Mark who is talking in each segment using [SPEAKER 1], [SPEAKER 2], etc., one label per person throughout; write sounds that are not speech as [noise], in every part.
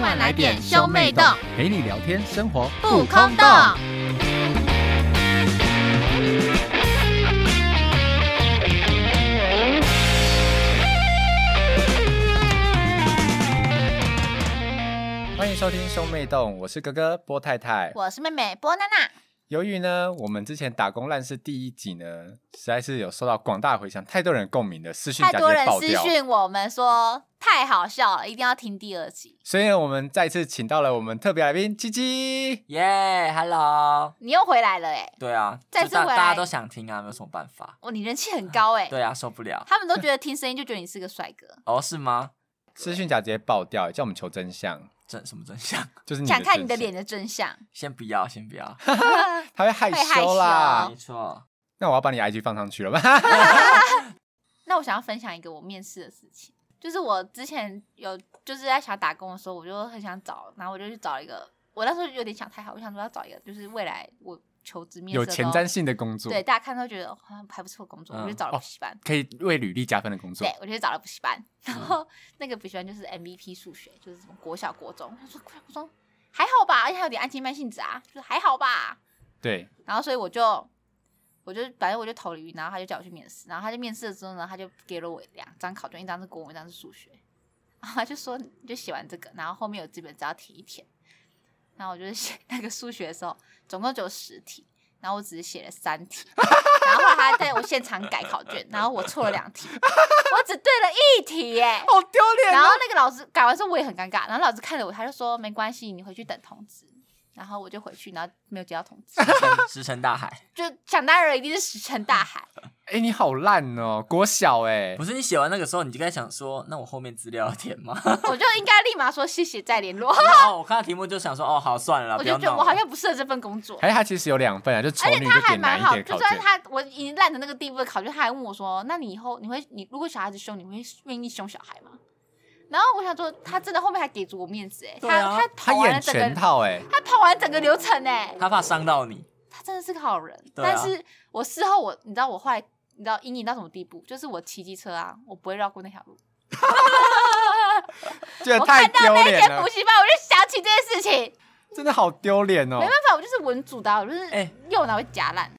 [SPEAKER 1] 快来点兄妹洞，
[SPEAKER 2] 陪你聊天，生活
[SPEAKER 1] 不空洞。
[SPEAKER 2] 欢迎收听兄妹洞，我是哥哥波太太。
[SPEAKER 1] 我是妹妹波娜娜，
[SPEAKER 2] 由于呢，我们之前打工烂事第一集呢，呃实在是有受到广大回响，太多人共鸣的私讯
[SPEAKER 1] 太
[SPEAKER 2] 夹
[SPEAKER 1] 多
[SPEAKER 2] 直接
[SPEAKER 1] 人
[SPEAKER 2] 爆
[SPEAKER 1] 私
[SPEAKER 2] 掉。
[SPEAKER 1] 讯我们说太好笑了，一定要听第二集。
[SPEAKER 2] 所以呢，我们再次请到了我们特别来宾鸡
[SPEAKER 1] 嗯
[SPEAKER 2] 鸡。
[SPEAKER 3] 耶、h e l l o
[SPEAKER 1] 你又回来了哎、欸，
[SPEAKER 3] 对啊，
[SPEAKER 1] 再
[SPEAKER 3] 就
[SPEAKER 1] 次
[SPEAKER 3] 大
[SPEAKER 1] 回来
[SPEAKER 3] 大家都想听啊，没有什么办法。
[SPEAKER 1] 哦，你人气很高哎、欸，
[SPEAKER 3] 对啊，受不了。
[SPEAKER 1] 他们都觉得听声音就觉得你是个帅哥，
[SPEAKER 3] 哦，是吗？
[SPEAKER 2] 私讯夹直接爆掉，叫我们求真相，
[SPEAKER 3] 真什么真相？ [laughs]
[SPEAKER 2] 就是你的
[SPEAKER 1] 想看你的
[SPEAKER 2] 真相
[SPEAKER 1] 脸，的真相。
[SPEAKER 3] 先不要，先不要。
[SPEAKER 2] 他会害羞啦。
[SPEAKER 1] 好
[SPEAKER 3] 没错，
[SPEAKER 2] 那我要把你 IG 放上去了吗？
[SPEAKER 1] [laughs] 那我想要分享一个我面试的事情，就是我之前有就是在想打工的时候，我就很想找，然后我就去找一个，我那时候有点想太好，我想说要找一个就是未来我求职面试
[SPEAKER 2] [laughs] 有
[SPEAKER 1] 的时
[SPEAKER 2] 前
[SPEAKER 1] 候
[SPEAKER 2] 瞻性的工作，哦
[SPEAKER 1] 对，大家看都觉得哦好像还不错的工作，
[SPEAKER 3] 嗯
[SPEAKER 1] 我就找了补习班。
[SPEAKER 2] 可以为履历加分的工作嗯
[SPEAKER 1] 对，。我就去找了补习班，然后那个补习班就是 MVP 数学，就是什么国小、国中。他说国小、国中还好吧，而且还有点安亲班性质啊，就是还好吧。
[SPEAKER 2] 对，
[SPEAKER 1] 然后所以我就，我就反正我就投了鱼，然后他就叫我去面试，然后他就面试了之后呢，他就给了我两张考卷，一张是国文，一张是数学，然后他就说你就写完这个，然后后面有几本只要填一填。然后我就是写那个数学的时候，总共只有十题，然后我只是写了三题，然后后来他带我现场改考卷，然后我错了两题，我只对了一题耶、
[SPEAKER 2] 好丢脸
[SPEAKER 1] 然后那个老师改完之后我也很尴尬，然后老师看着我，他就说没关系，你回去等通知。然后我就回去，然后没有接到通知，
[SPEAKER 3] 石沉石沉大海。
[SPEAKER 1] 就想当然了一定是石沉大
[SPEAKER 2] [laughs]
[SPEAKER 1] 海。
[SPEAKER 2] 哎、你好烂哦，国小哎、
[SPEAKER 3] 不是你写完那个时候，你就该想说，那我后面资料要填吗？ [laughs]
[SPEAKER 1] 我就应该立马说谢谢再联络。
[SPEAKER 2] 啊
[SPEAKER 3] 哦，我看到题目就想说，哦，好，算了啦，
[SPEAKER 1] 我
[SPEAKER 3] 不
[SPEAKER 1] 就
[SPEAKER 3] 要
[SPEAKER 1] 觉得
[SPEAKER 3] 弄
[SPEAKER 1] 我好
[SPEAKER 3] 了。
[SPEAKER 1] 像不适合这份工作，
[SPEAKER 2] 还是他其实有两份啊，就丑
[SPEAKER 1] 而且
[SPEAKER 2] 女
[SPEAKER 1] 他
[SPEAKER 2] 就
[SPEAKER 1] 还
[SPEAKER 2] 点
[SPEAKER 1] 蛮
[SPEAKER 2] 难一
[SPEAKER 1] 好，
[SPEAKER 2] 点的
[SPEAKER 1] 就
[SPEAKER 2] 考
[SPEAKER 1] 算
[SPEAKER 2] 卷。
[SPEAKER 1] 他我已经烂的那个地步的考卷，他还问我说：“那你以后你会你如果小孩子凶，你会愿意凶小孩吗？”然后我想说，他真的后面还给足我面子哎、
[SPEAKER 3] 对啊
[SPEAKER 1] 他他
[SPEAKER 2] 他
[SPEAKER 1] 跑完了
[SPEAKER 2] 演
[SPEAKER 1] 整
[SPEAKER 2] 全
[SPEAKER 1] 个
[SPEAKER 2] 套哎、
[SPEAKER 1] [laughs] 他跑完整个流程哎、
[SPEAKER 3] 他怕伤到你，
[SPEAKER 1] 他真的是个好人。
[SPEAKER 3] 对啊
[SPEAKER 1] 但是我事后我，你知道我后来，你知道阴影到什么地步？就是我骑机车啊，我不会绕过那条路。
[SPEAKER 2] 这
[SPEAKER 1] 我
[SPEAKER 2] 太
[SPEAKER 1] 看
[SPEAKER 2] 丢
[SPEAKER 1] 到那
[SPEAKER 2] 脸
[SPEAKER 1] 间
[SPEAKER 2] 了
[SPEAKER 1] 补，习班，我就想起这件事情。
[SPEAKER 2] 真的好丢脸哦
[SPEAKER 1] 没。办法，我就是文组的啊，我就是
[SPEAKER 3] 哎
[SPEAKER 1] 右脑会夹烂。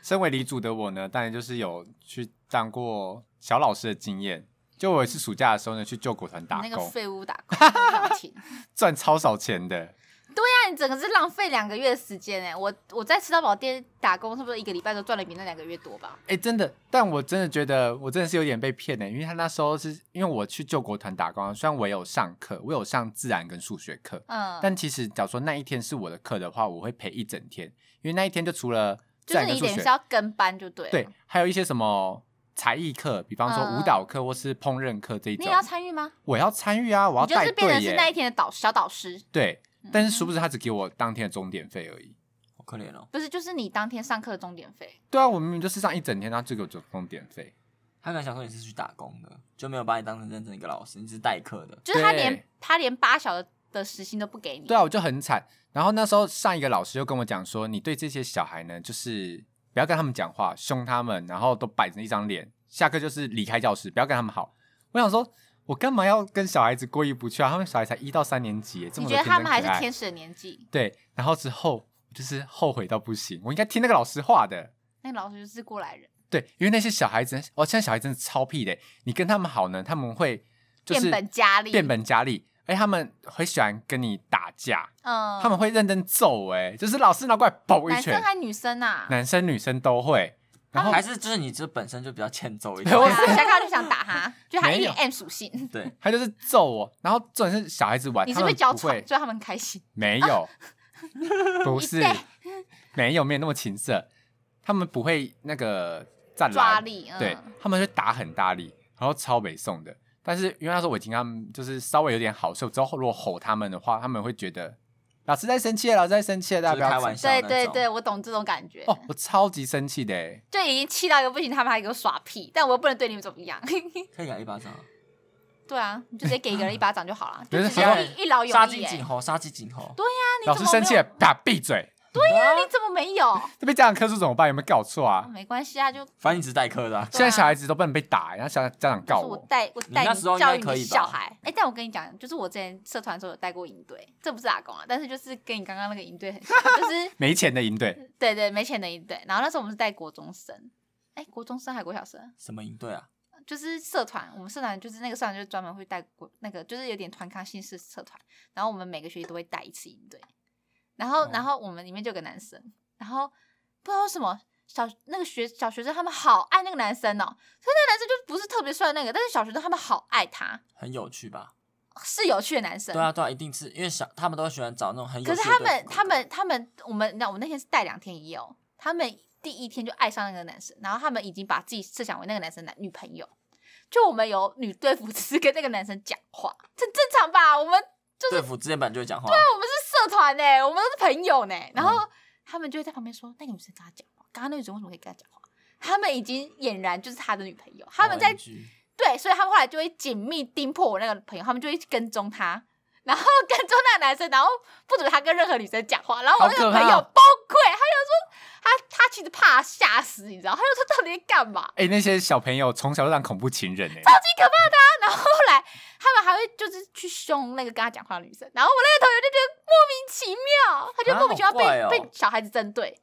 [SPEAKER 2] 身为离组的我呢，当然就是有去当过小老师的经验。就我有一次暑假的时候呢，去救国团打
[SPEAKER 1] 你那个
[SPEAKER 2] 工，
[SPEAKER 1] 废物打
[SPEAKER 2] [laughs]
[SPEAKER 1] 工，我不想听
[SPEAKER 2] 赚超少钱的。
[SPEAKER 1] 那你整个是浪费两个月的时间哎、我我在吃到饱店打工，差不多一个礼拜都赚的比那两个月多吧？
[SPEAKER 2] 哎、真的，但我真的觉得我真的是有点被骗的、欸因为他那时候是因为我去救国团打工，啊虽然我有上课，我有上自然跟数学课，
[SPEAKER 1] 嗯，
[SPEAKER 2] 但其实假如说那一天是我的课的话，我会陪一整天，因为那一天就除了自
[SPEAKER 1] 就是
[SPEAKER 2] 然跟
[SPEAKER 1] 你
[SPEAKER 2] 数
[SPEAKER 1] 等于
[SPEAKER 2] 学
[SPEAKER 1] 是，要跟班就对了。
[SPEAKER 2] 对，，还有一些什么才艺课，比方
[SPEAKER 1] 嗯嗯
[SPEAKER 2] 说舞蹈课或是烹饪课这一
[SPEAKER 1] 你
[SPEAKER 2] 种
[SPEAKER 1] 也，要参与吗？
[SPEAKER 2] 我要参与啊，我要
[SPEAKER 1] 你就
[SPEAKER 2] 带
[SPEAKER 1] 是变
[SPEAKER 2] 队
[SPEAKER 1] 成是那一嗯
[SPEAKER 2] 耶，
[SPEAKER 1] 天的导小导师，
[SPEAKER 2] 对，但是殊不知他只给我当天的钟点费而已。
[SPEAKER 3] 好可怜哦。
[SPEAKER 1] 不是就是你当天上课的钟点费。
[SPEAKER 2] 对啊，我明明就是上一整天，他只给我钟点费，
[SPEAKER 3] 他可能想说你是去打工的，就没有把你当成认真一个老师，你只是代课的。
[SPEAKER 1] 就是他
[SPEAKER 2] 对
[SPEAKER 1] 连他连八小的的时薪都不给你。
[SPEAKER 2] 对啊，我就很惨。然后那时候上一个老师就跟我讲说，你对这些小孩呢，就是不要跟他们讲话，凶他们，然后都摆着一张脸，下课就是离开教室，不要跟他们好。我想说，我干嘛要跟小孩子过意不去啊？他们小孩才一到三年级耶，这
[SPEAKER 1] 你
[SPEAKER 2] 么
[SPEAKER 1] 觉
[SPEAKER 2] 的
[SPEAKER 1] 得
[SPEAKER 2] 天
[SPEAKER 1] 他
[SPEAKER 2] 真
[SPEAKER 1] 们
[SPEAKER 2] 可
[SPEAKER 1] 还是
[SPEAKER 2] 爱。
[SPEAKER 1] 天使的年纪？
[SPEAKER 2] 对，然后之后就是后悔到不行，我应该听那个老师话的。
[SPEAKER 1] 那个老师就是过来人，
[SPEAKER 2] 对，因为那些小孩子，哦，现在小孩真的超屁的，你跟他们好呢，他们会就是
[SPEAKER 1] 变本加厉，
[SPEAKER 2] 变，本加厉，而且他们会喜欢跟你打架。
[SPEAKER 1] 嗯，
[SPEAKER 2] 他们会认真揍哎、就是老师拿过来爆一
[SPEAKER 1] 男
[SPEAKER 2] 拳
[SPEAKER 1] 生，还女生啊，
[SPEAKER 2] 男生女生都会。然后
[SPEAKER 3] 还是就是你这本身就比较欠揍一点 [laughs]
[SPEAKER 2] 对。我
[SPEAKER 1] 对啊下课就想打他，就他一
[SPEAKER 2] 没
[SPEAKER 1] 脸
[SPEAKER 2] 有
[SPEAKER 1] M 属性。
[SPEAKER 3] 对，
[SPEAKER 1] [laughs]
[SPEAKER 2] 他就是揍我，然后重点是小孩子玩，
[SPEAKER 1] 你
[SPEAKER 2] 他
[SPEAKER 1] 是不
[SPEAKER 2] 们
[SPEAKER 1] 是娇
[SPEAKER 2] 不
[SPEAKER 1] 喘
[SPEAKER 2] 会？，
[SPEAKER 1] 所以他们很开心。
[SPEAKER 2] 没
[SPEAKER 1] [laughs]
[SPEAKER 2] 有，不是
[SPEAKER 1] 对，
[SPEAKER 2] 没有没有那么情色，他们不会那个站
[SPEAKER 1] 抓
[SPEAKER 2] 牢，
[SPEAKER 1] 力，嗯，
[SPEAKER 2] 对他们就打很大力，然后超北宋的。但是因为那时候我已经跟他们就是稍微有点好受，之后如果吼他们的话，他们会觉得老师在生气了，老师在生气了，大家
[SPEAKER 3] 就是
[SPEAKER 2] 不要
[SPEAKER 3] 开
[SPEAKER 2] 吵
[SPEAKER 3] 玩笑那
[SPEAKER 1] 对
[SPEAKER 3] 种。
[SPEAKER 1] 对对，我懂这种感觉，
[SPEAKER 2] 哦，我超级生气的欸，
[SPEAKER 1] 就已经气到一个不行，他们还给我耍屁，但我又不能对你们怎么样。 [laughs]
[SPEAKER 3] 可以给他一巴掌啊。
[SPEAKER 1] 对啊，你就直接给一个人一巴
[SPEAKER 3] [laughs]
[SPEAKER 1] 掌就好了，就
[SPEAKER 2] 不是
[SPEAKER 1] 直接
[SPEAKER 2] 现
[SPEAKER 3] 在
[SPEAKER 1] 一一劳永
[SPEAKER 3] 杀
[SPEAKER 1] 逸
[SPEAKER 3] 鸡
[SPEAKER 1] 耶。
[SPEAKER 3] 儆猴，杀鸡儆猴。
[SPEAKER 1] 对呀，你
[SPEAKER 2] 老
[SPEAKER 1] 怎
[SPEAKER 2] 师
[SPEAKER 1] 么没
[SPEAKER 2] 生
[SPEAKER 1] 有啊
[SPEAKER 2] 气了，啪，闭嘴。对呀、
[SPEAKER 1] 你怎么没
[SPEAKER 3] [laughs]
[SPEAKER 1] 有？哦
[SPEAKER 2] 这被家长克诉怎么办？有没有搞错啊？
[SPEAKER 1] 没关系啊，就
[SPEAKER 3] 反正你只是代课的、啊，
[SPEAKER 2] 现在小孩子都不能被打、欸然后小家长告
[SPEAKER 1] 就是我
[SPEAKER 2] 我，
[SPEAKER 1] 带我带
[SPEAKER 3] 你那时候应
[SPEAKER 1] 教
[SPEAKER 3] 该
[SPEAKER 1] 育你
[SPEAKER 3] 可以吧
[SPEAKER 1] 小孩。哎、但我跟你讲，就是我之前社团的时候有带过营队，这不是打工啊，但是就是跟你刚刚那个营队很像，就是
[SPEAKER 2] 没钱的营队，
[SPEAKER 1] 对对没钱的营队。然后那时候我们是带国中生，哎、国中生还国小生，
[SPEAKER 3] 什么营队啊？
[SPEAKER 1] 就是社团，我们社团就是那个社团就是专门会带国那个就是有点团康性式社团，然后我们每个学期都会带一次营队。然后
[SPEAKER 3] 哦
[SPEAKER 1] 然后我们里面就有个男生，然后不知道为什么。小那个学小学生他们好爱那个男生哦，所以那个男生就不是特别帅的那个，但是小学生他们好爱他，
[SPEAKER 3] 很有趣吧？
[SPEAKER 1] 是有趣的男生。
[SPEAKER 3] 对啊，对啊，一定是因为小他们都喜欢找那种很有
[SPEAKER 1] 可
[SPEAKER 3] 趣
[SPEAKER 1] 是
[SPEAKER 3] 的
[SPEAKER 1] 他
[SPEAKER 3] 对
[SPEAKER 1] 们
[SPEAKER 3] 付
[SPEAKER 1] 他们他们，我们你知道我们那天是带两天一夜哦，他们第一天就爱上那个男生，然后他们已经把自己设想为那个男生男女朋友。就我们有女队服，只是跟那个男生讲话，这很正常吧？我们
[SPEAKER 3] 对付之前本来就会讲话，
[SPEAKER 1] 我们是社团呢、我们都是朋友呢、然后他们就会在旁边说：“那个女生跟他讲话，刚刚那个女生为什么可以跟他讲话？”他们已经俨然就是他的女朋友，
[SPEAKER 3] 哦
[SPEAKER 1] 他们在
[SPEAKER 3] OMG
[SPEAKER 1] 对，所以他们后来就会紧密盯破我那个朋友，他们就会跟踪他，然后跟踪那个男生，然后不准他跟任何女生讲话。然后我那个
[SPEAKER 2] 好可
[SPEAKER 1] 朋
[SPEAKER 2] 怕
[SPEAKER 1] 友崩溃，他就说他他其实怕吓死，你知道，他就说到底在干嘛？ [laughs]
[SPEAKER 2] 哎、那些小朋友从小就当恐怖情人哎、
[SPEAKER 1] 超级可怕的、啊。然后后来他们还会就是去凶那个跟他讲话的女生，然后我那个同学就觉得莫名其妙，他就
[SPEAKER 3] 啊
[SPEAKER 1] 莫名其妙
[SPEAKER 3] 好
[SPEAKER 1] 被、
[SPEAKER 3] 怪哦
[SPEAKER 1] 被小孩子针对，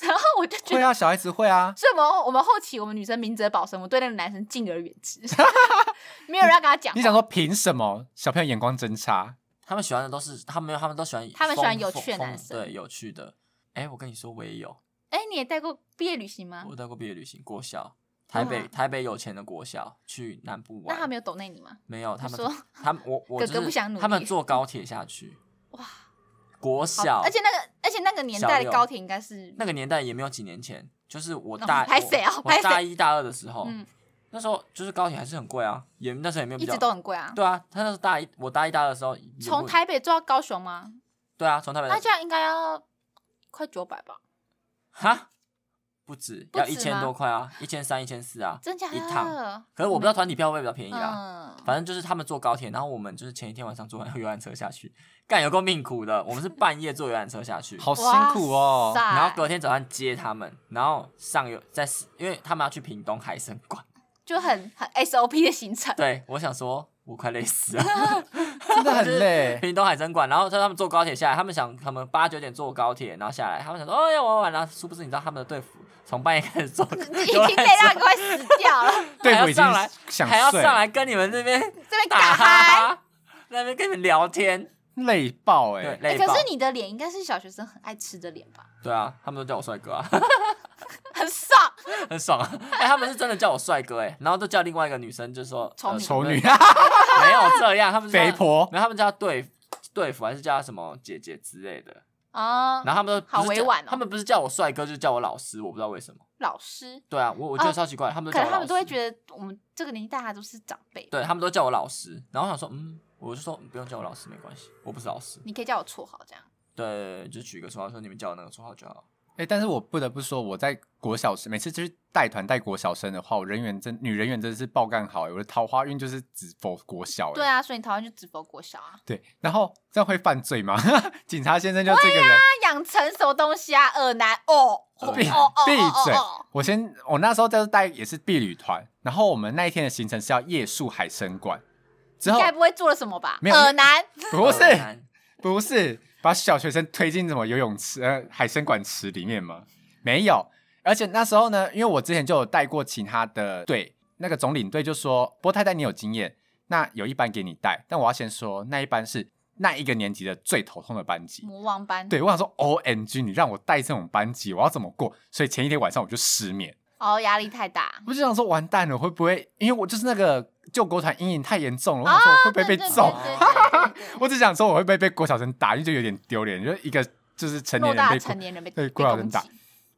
[SPEAKER 1] 然后我就觉
[SPEAKER 2] 会
[SPEAKER 1] 得。
[SPEAKER 2] 啊，小孩子会啊，
[SPEAKER 1] 所以我们我们后期我们女生明哲保身，我对那个男生敬而远之， [laughs] 没有人要跟他讲话。
[SPEAKER 2] 你想说凭什么？小朋友眼光真差，
[SPEAKER 3] 他们喜欢的都是他们没有，他们都喜欢
[SPEAKER 1] 他们喜欢
[SPEAKER 3] 疯
[SPEAKER 1] 有趣的
[SPEAKER 3] 疯
[SPEAKER 1] 男生
[SPEAKER 3] 对有趣的。哎，我跟你说，我也有，
[SPEAKER 1] 哎、你也带过毕业旅行吗？
[SPEAKER 3] 我带过毕业旅行，国小台北
[SPEAKER 1] 哇
[SPEAKER 3] 台北有钱的国小去南部
[SPEAKER 1] 那
[SPEAKER 3] 玩，
[SPEAKER 1] 他没有抖内你吗？
[SPEAKER 3] 没有，他们
[SPEAKER 1] 说
[SPEAKER 3] 他们我我
[SPEAKER 1] 哥
[SPEAKER 3] 就
[SPEAKER 1] 哥
[SPEAKER 3] 是
[SPEAKER 1] 不想努力
[SPEAKER 3] 他们坐高铁下去，
[SPEAKER 1] 哇，
[SPEAKER 3] 国
[SPEAKER 1] 好
[SPEAKER 3] 小，
[SPEAKER 1] 而且那个而且那个年
[SPEAKER 3] 小
[SPEAKER 1] 代的
[SPEAKER 3] 六
[SPEAKER 1] 高铁应该是
[SPEAKER 3] 那个年代也没有几年前，就是我
[SPEAKER 1] 哦
[SPEAKER 3] 大
[SPEAKER 1] 拍谁啊
[SPEAKER 3] 我
[SPEAKER 1] 拍谁
[SPEAKER 3] 我大一大二的时候，
[SPEAKER 1] 嗯
[SPEAKER 3] 那时候就是高铁还是很贵啊，也那时候也没有比
[SPEAKER 1] 一
[SPEAKER 3] 较
[SPEAKER 1] 直都很贵啊。
[SPEAKER 3] 对啊，他那时候大一我大一大二的时候也不，
[SPEAKER 1] 从台北坐到高雄吗？
[SPEAKER 3] 对啊，从台北
[SPEAKER 1] 那这样应该要快九百吧？
[SPEAKER 3] 哈不止
[SPEAKER 1] 不
[SPEAKER 3] 要
[SPEAKER 1] 止
[SPEAKER 3] 一千
[SPEAKER 1] 吗
[SPEAKER 3] 多块啊，一千三一千四啊，
[SPEAKER 1] 真假
[SPEAKER 3] 一趟。
[SPEAKER 1] 的？
[SPEAKER 3] 可是我不知道团体票会不会比较便宜啊。
[SPEAKER 1] 嗯，
[SPEAKER 3] 反正就是他们坐高铁，然后我们就是前一天晚上坐游览车下去，干有够命苦的。我们是半夜坐游览车下去，
[SPEAKER 2] 好辛
[SPEAKER 1] 哇
[SPEAKER 2] 苦哦。
[SPEAKER 1] 塞
[SPEAKER 3] 然后隔天早上接他们，然后上游在，因为他们要去屏东海参馆。
[SPEAKER 1] 就很
[SPEAKER 3] [laughs]
[SPEAKER 1] 很 SOP 的行程。
[SPEAKER 3] 对，我想说，我快累死啊了， [laughs]
[SPEAKER 2] 真的很累
[SPEAKER 3] 屏东海参馆，然后他他们坐高铁下来，他们想他们八九点坐高铁，然后下来，他们想说哦要玩玩，然后殊不知你知道他们的队服从半夜开始坐，
[SPEAKER 1] 已
[SPEAKER 3] 已
[SPEAKER 1] 经累到你快死掉
[SPEAKER 3] [laughs]
[SPEAKER 1] 了，
[SPEAKER 2] [laughs] 对
[SPEAKER 3] 还要
[SPEAKER 2] 我已经
[SPEAKER 3] 上来
[SPEAKER 2] 想
[SPEAKER 3] 还要
[SPEAKER 2] 睡
[SPEAKER 3] 上来跟你们这边
[SPEAKER 1] 这边
[SPEAKER 3] 打
[SPEAKER 1] 打
[SPEAKER 3] 哈
[SPEAKER 1] 嗨。
[SPEAKER 3] 哈，在那边跟你们聊天，
[SPEAKER 2] 累爆哎、
[SPEAKER 3] 对，
[SPEAKER 1] 哎
[SPEAKER 3] 累爆。
[SPEAKER 1] 可是你的脸应该是小学生很爱吃的脸吧？
[SPEAKER 3] 对啊，他们都叫我帅哥啊， [laughs]
[SPEAKER 1] 很爽，
[SPEAKER 3] 很爽啊。哎，他们是真的叫我帅哥哎，然后都叫另外一个女生就说
[SPEAKER 1] 丑
[SPEAKER 3] 呃
[SPEAKER 1] 女
[SPEAKER 2] 丑女啊 [laughs]
[SPEAKER 3] 没有这样，他们
[SPEAKER 2] 肥
[SPEAKER 3] 叫
[SPEAKER 2] 婆，
[SPEAKER 3] 然后他们叫对对付，还是叫他什么姐姐之类的。
[SPEAKER 1] 哦，
[SPEAKER 3] 然后他们都
[SPEAKER 1] 好
[SPEAKER 3] 不是叫
[SPEAKER 1] 委婉哦
[SPEAKER 3] 他们不是叫我帅哥，就是叫我老师，我不知道为什么。
[SPEAKER 1] 老师，
[SPEAKER 3] 对啊，我我觉得超奇怪，他们都
[SPEAKER 1] 哦可能
[SPEAKER 3] 叫我
[SPEAKER 1] 他
[SPEAKER 3] 老
[SPEAKER 1] 们
[SPEAKER 3] 师，
[SPEAKER 1] 都会觉得我们这个年纪大家都是长辈，
[SPEAKER 3] 对他们都叫我老师。然后我想说，嗯，我就说嗯不用叫我老师没关系，我不是老师。
[SPEAKER 1] 你可以叫我绰号这样。
[SPEAKER 3] 对，就取一个绰号，说你们叫我那个绰号就好。
[SPEAKER 2] 哎、但是我不得不说，我在国小时每次就是带团带国小生的话，我人缘真女人缘真的是爆干好、欸，我的桃花运就是只否国小、欸。
[SPEAKER 1] 对啊，所以你讨厌就只否国小啊？
[SPEAKER 2] 对，然后这样会犯罪吗？ [laughs] 警察先生就这个人，
[SPEAKER 1] 他养成什么东西啊？耳男哦，哦
[SPEAKER 2] 呃闭
[SPEAKER 1] 哦哦
[SPEAKER 2] 闭
[SPEAKER 1] 哦
[SPEAKER 2] 嘴
[SPEAKER 1] 哦！
[SPEAKER 2] 我先，我那时候就是带也是避旅团，然后我们那一天的行程是要夜宿海参馆，之
[SPEAKER 1] 你
[SPEAKER 2] 后
[SPEAKER 1] 该不会做了什么吧？
[SPEAKER 2] 没有
[SPEAKER 1] 耳男，
[SPEAKER 2] 不是
[SPEAKER 3] 很难
[SPEAKER 2] 不是把小学生推进什么游泳池、呃海参馆池里面吗？没有，而且那时候呢，因为我之前就有带过其他的队，那个总领队就说：“波太太，你有经验，那有一班给你带。”但我要先说，那一班是那一个年级的最头痛的班级。
[SPEAKER 1] 魔王班。
[SPEAKER 2] 对，我想说，O M G，你让我带这种班级，我要怎么过？所以前一天晚上我就失眠，
[SPEAKER 1] 哦，压力太大。
[SPEAKER 2] 我就想说，完蛋了，会不会？因为我就是那个救国团阴影太严重了，我想说我会不会 [laughs] 被
[SPEAKER 1] 哦对对
[SPEAKER 2] 揍？
[SPEAKER 1] 对对对对
[SPEAKER 2] [laughs] 我只想说我会被被郭晓晨打，因为就有点丢脸，就一个就是 [laughs] 成
[SPEAKER 1] 偌
[SPEAKER 2] 年人
[SPEAKER 1] 大
[SPEAKER 2] 被
[SPEAKER 1] 的
[SPEAKER 2] 郭
[SPEAKER 1] 成，年人被
[SPEAKER 2] 对
[SPEAKER 1] 被
[SPEAKER 2] 郭晓晨
[SPEAKER 1] 攻击
[SPEAKER 2] 打，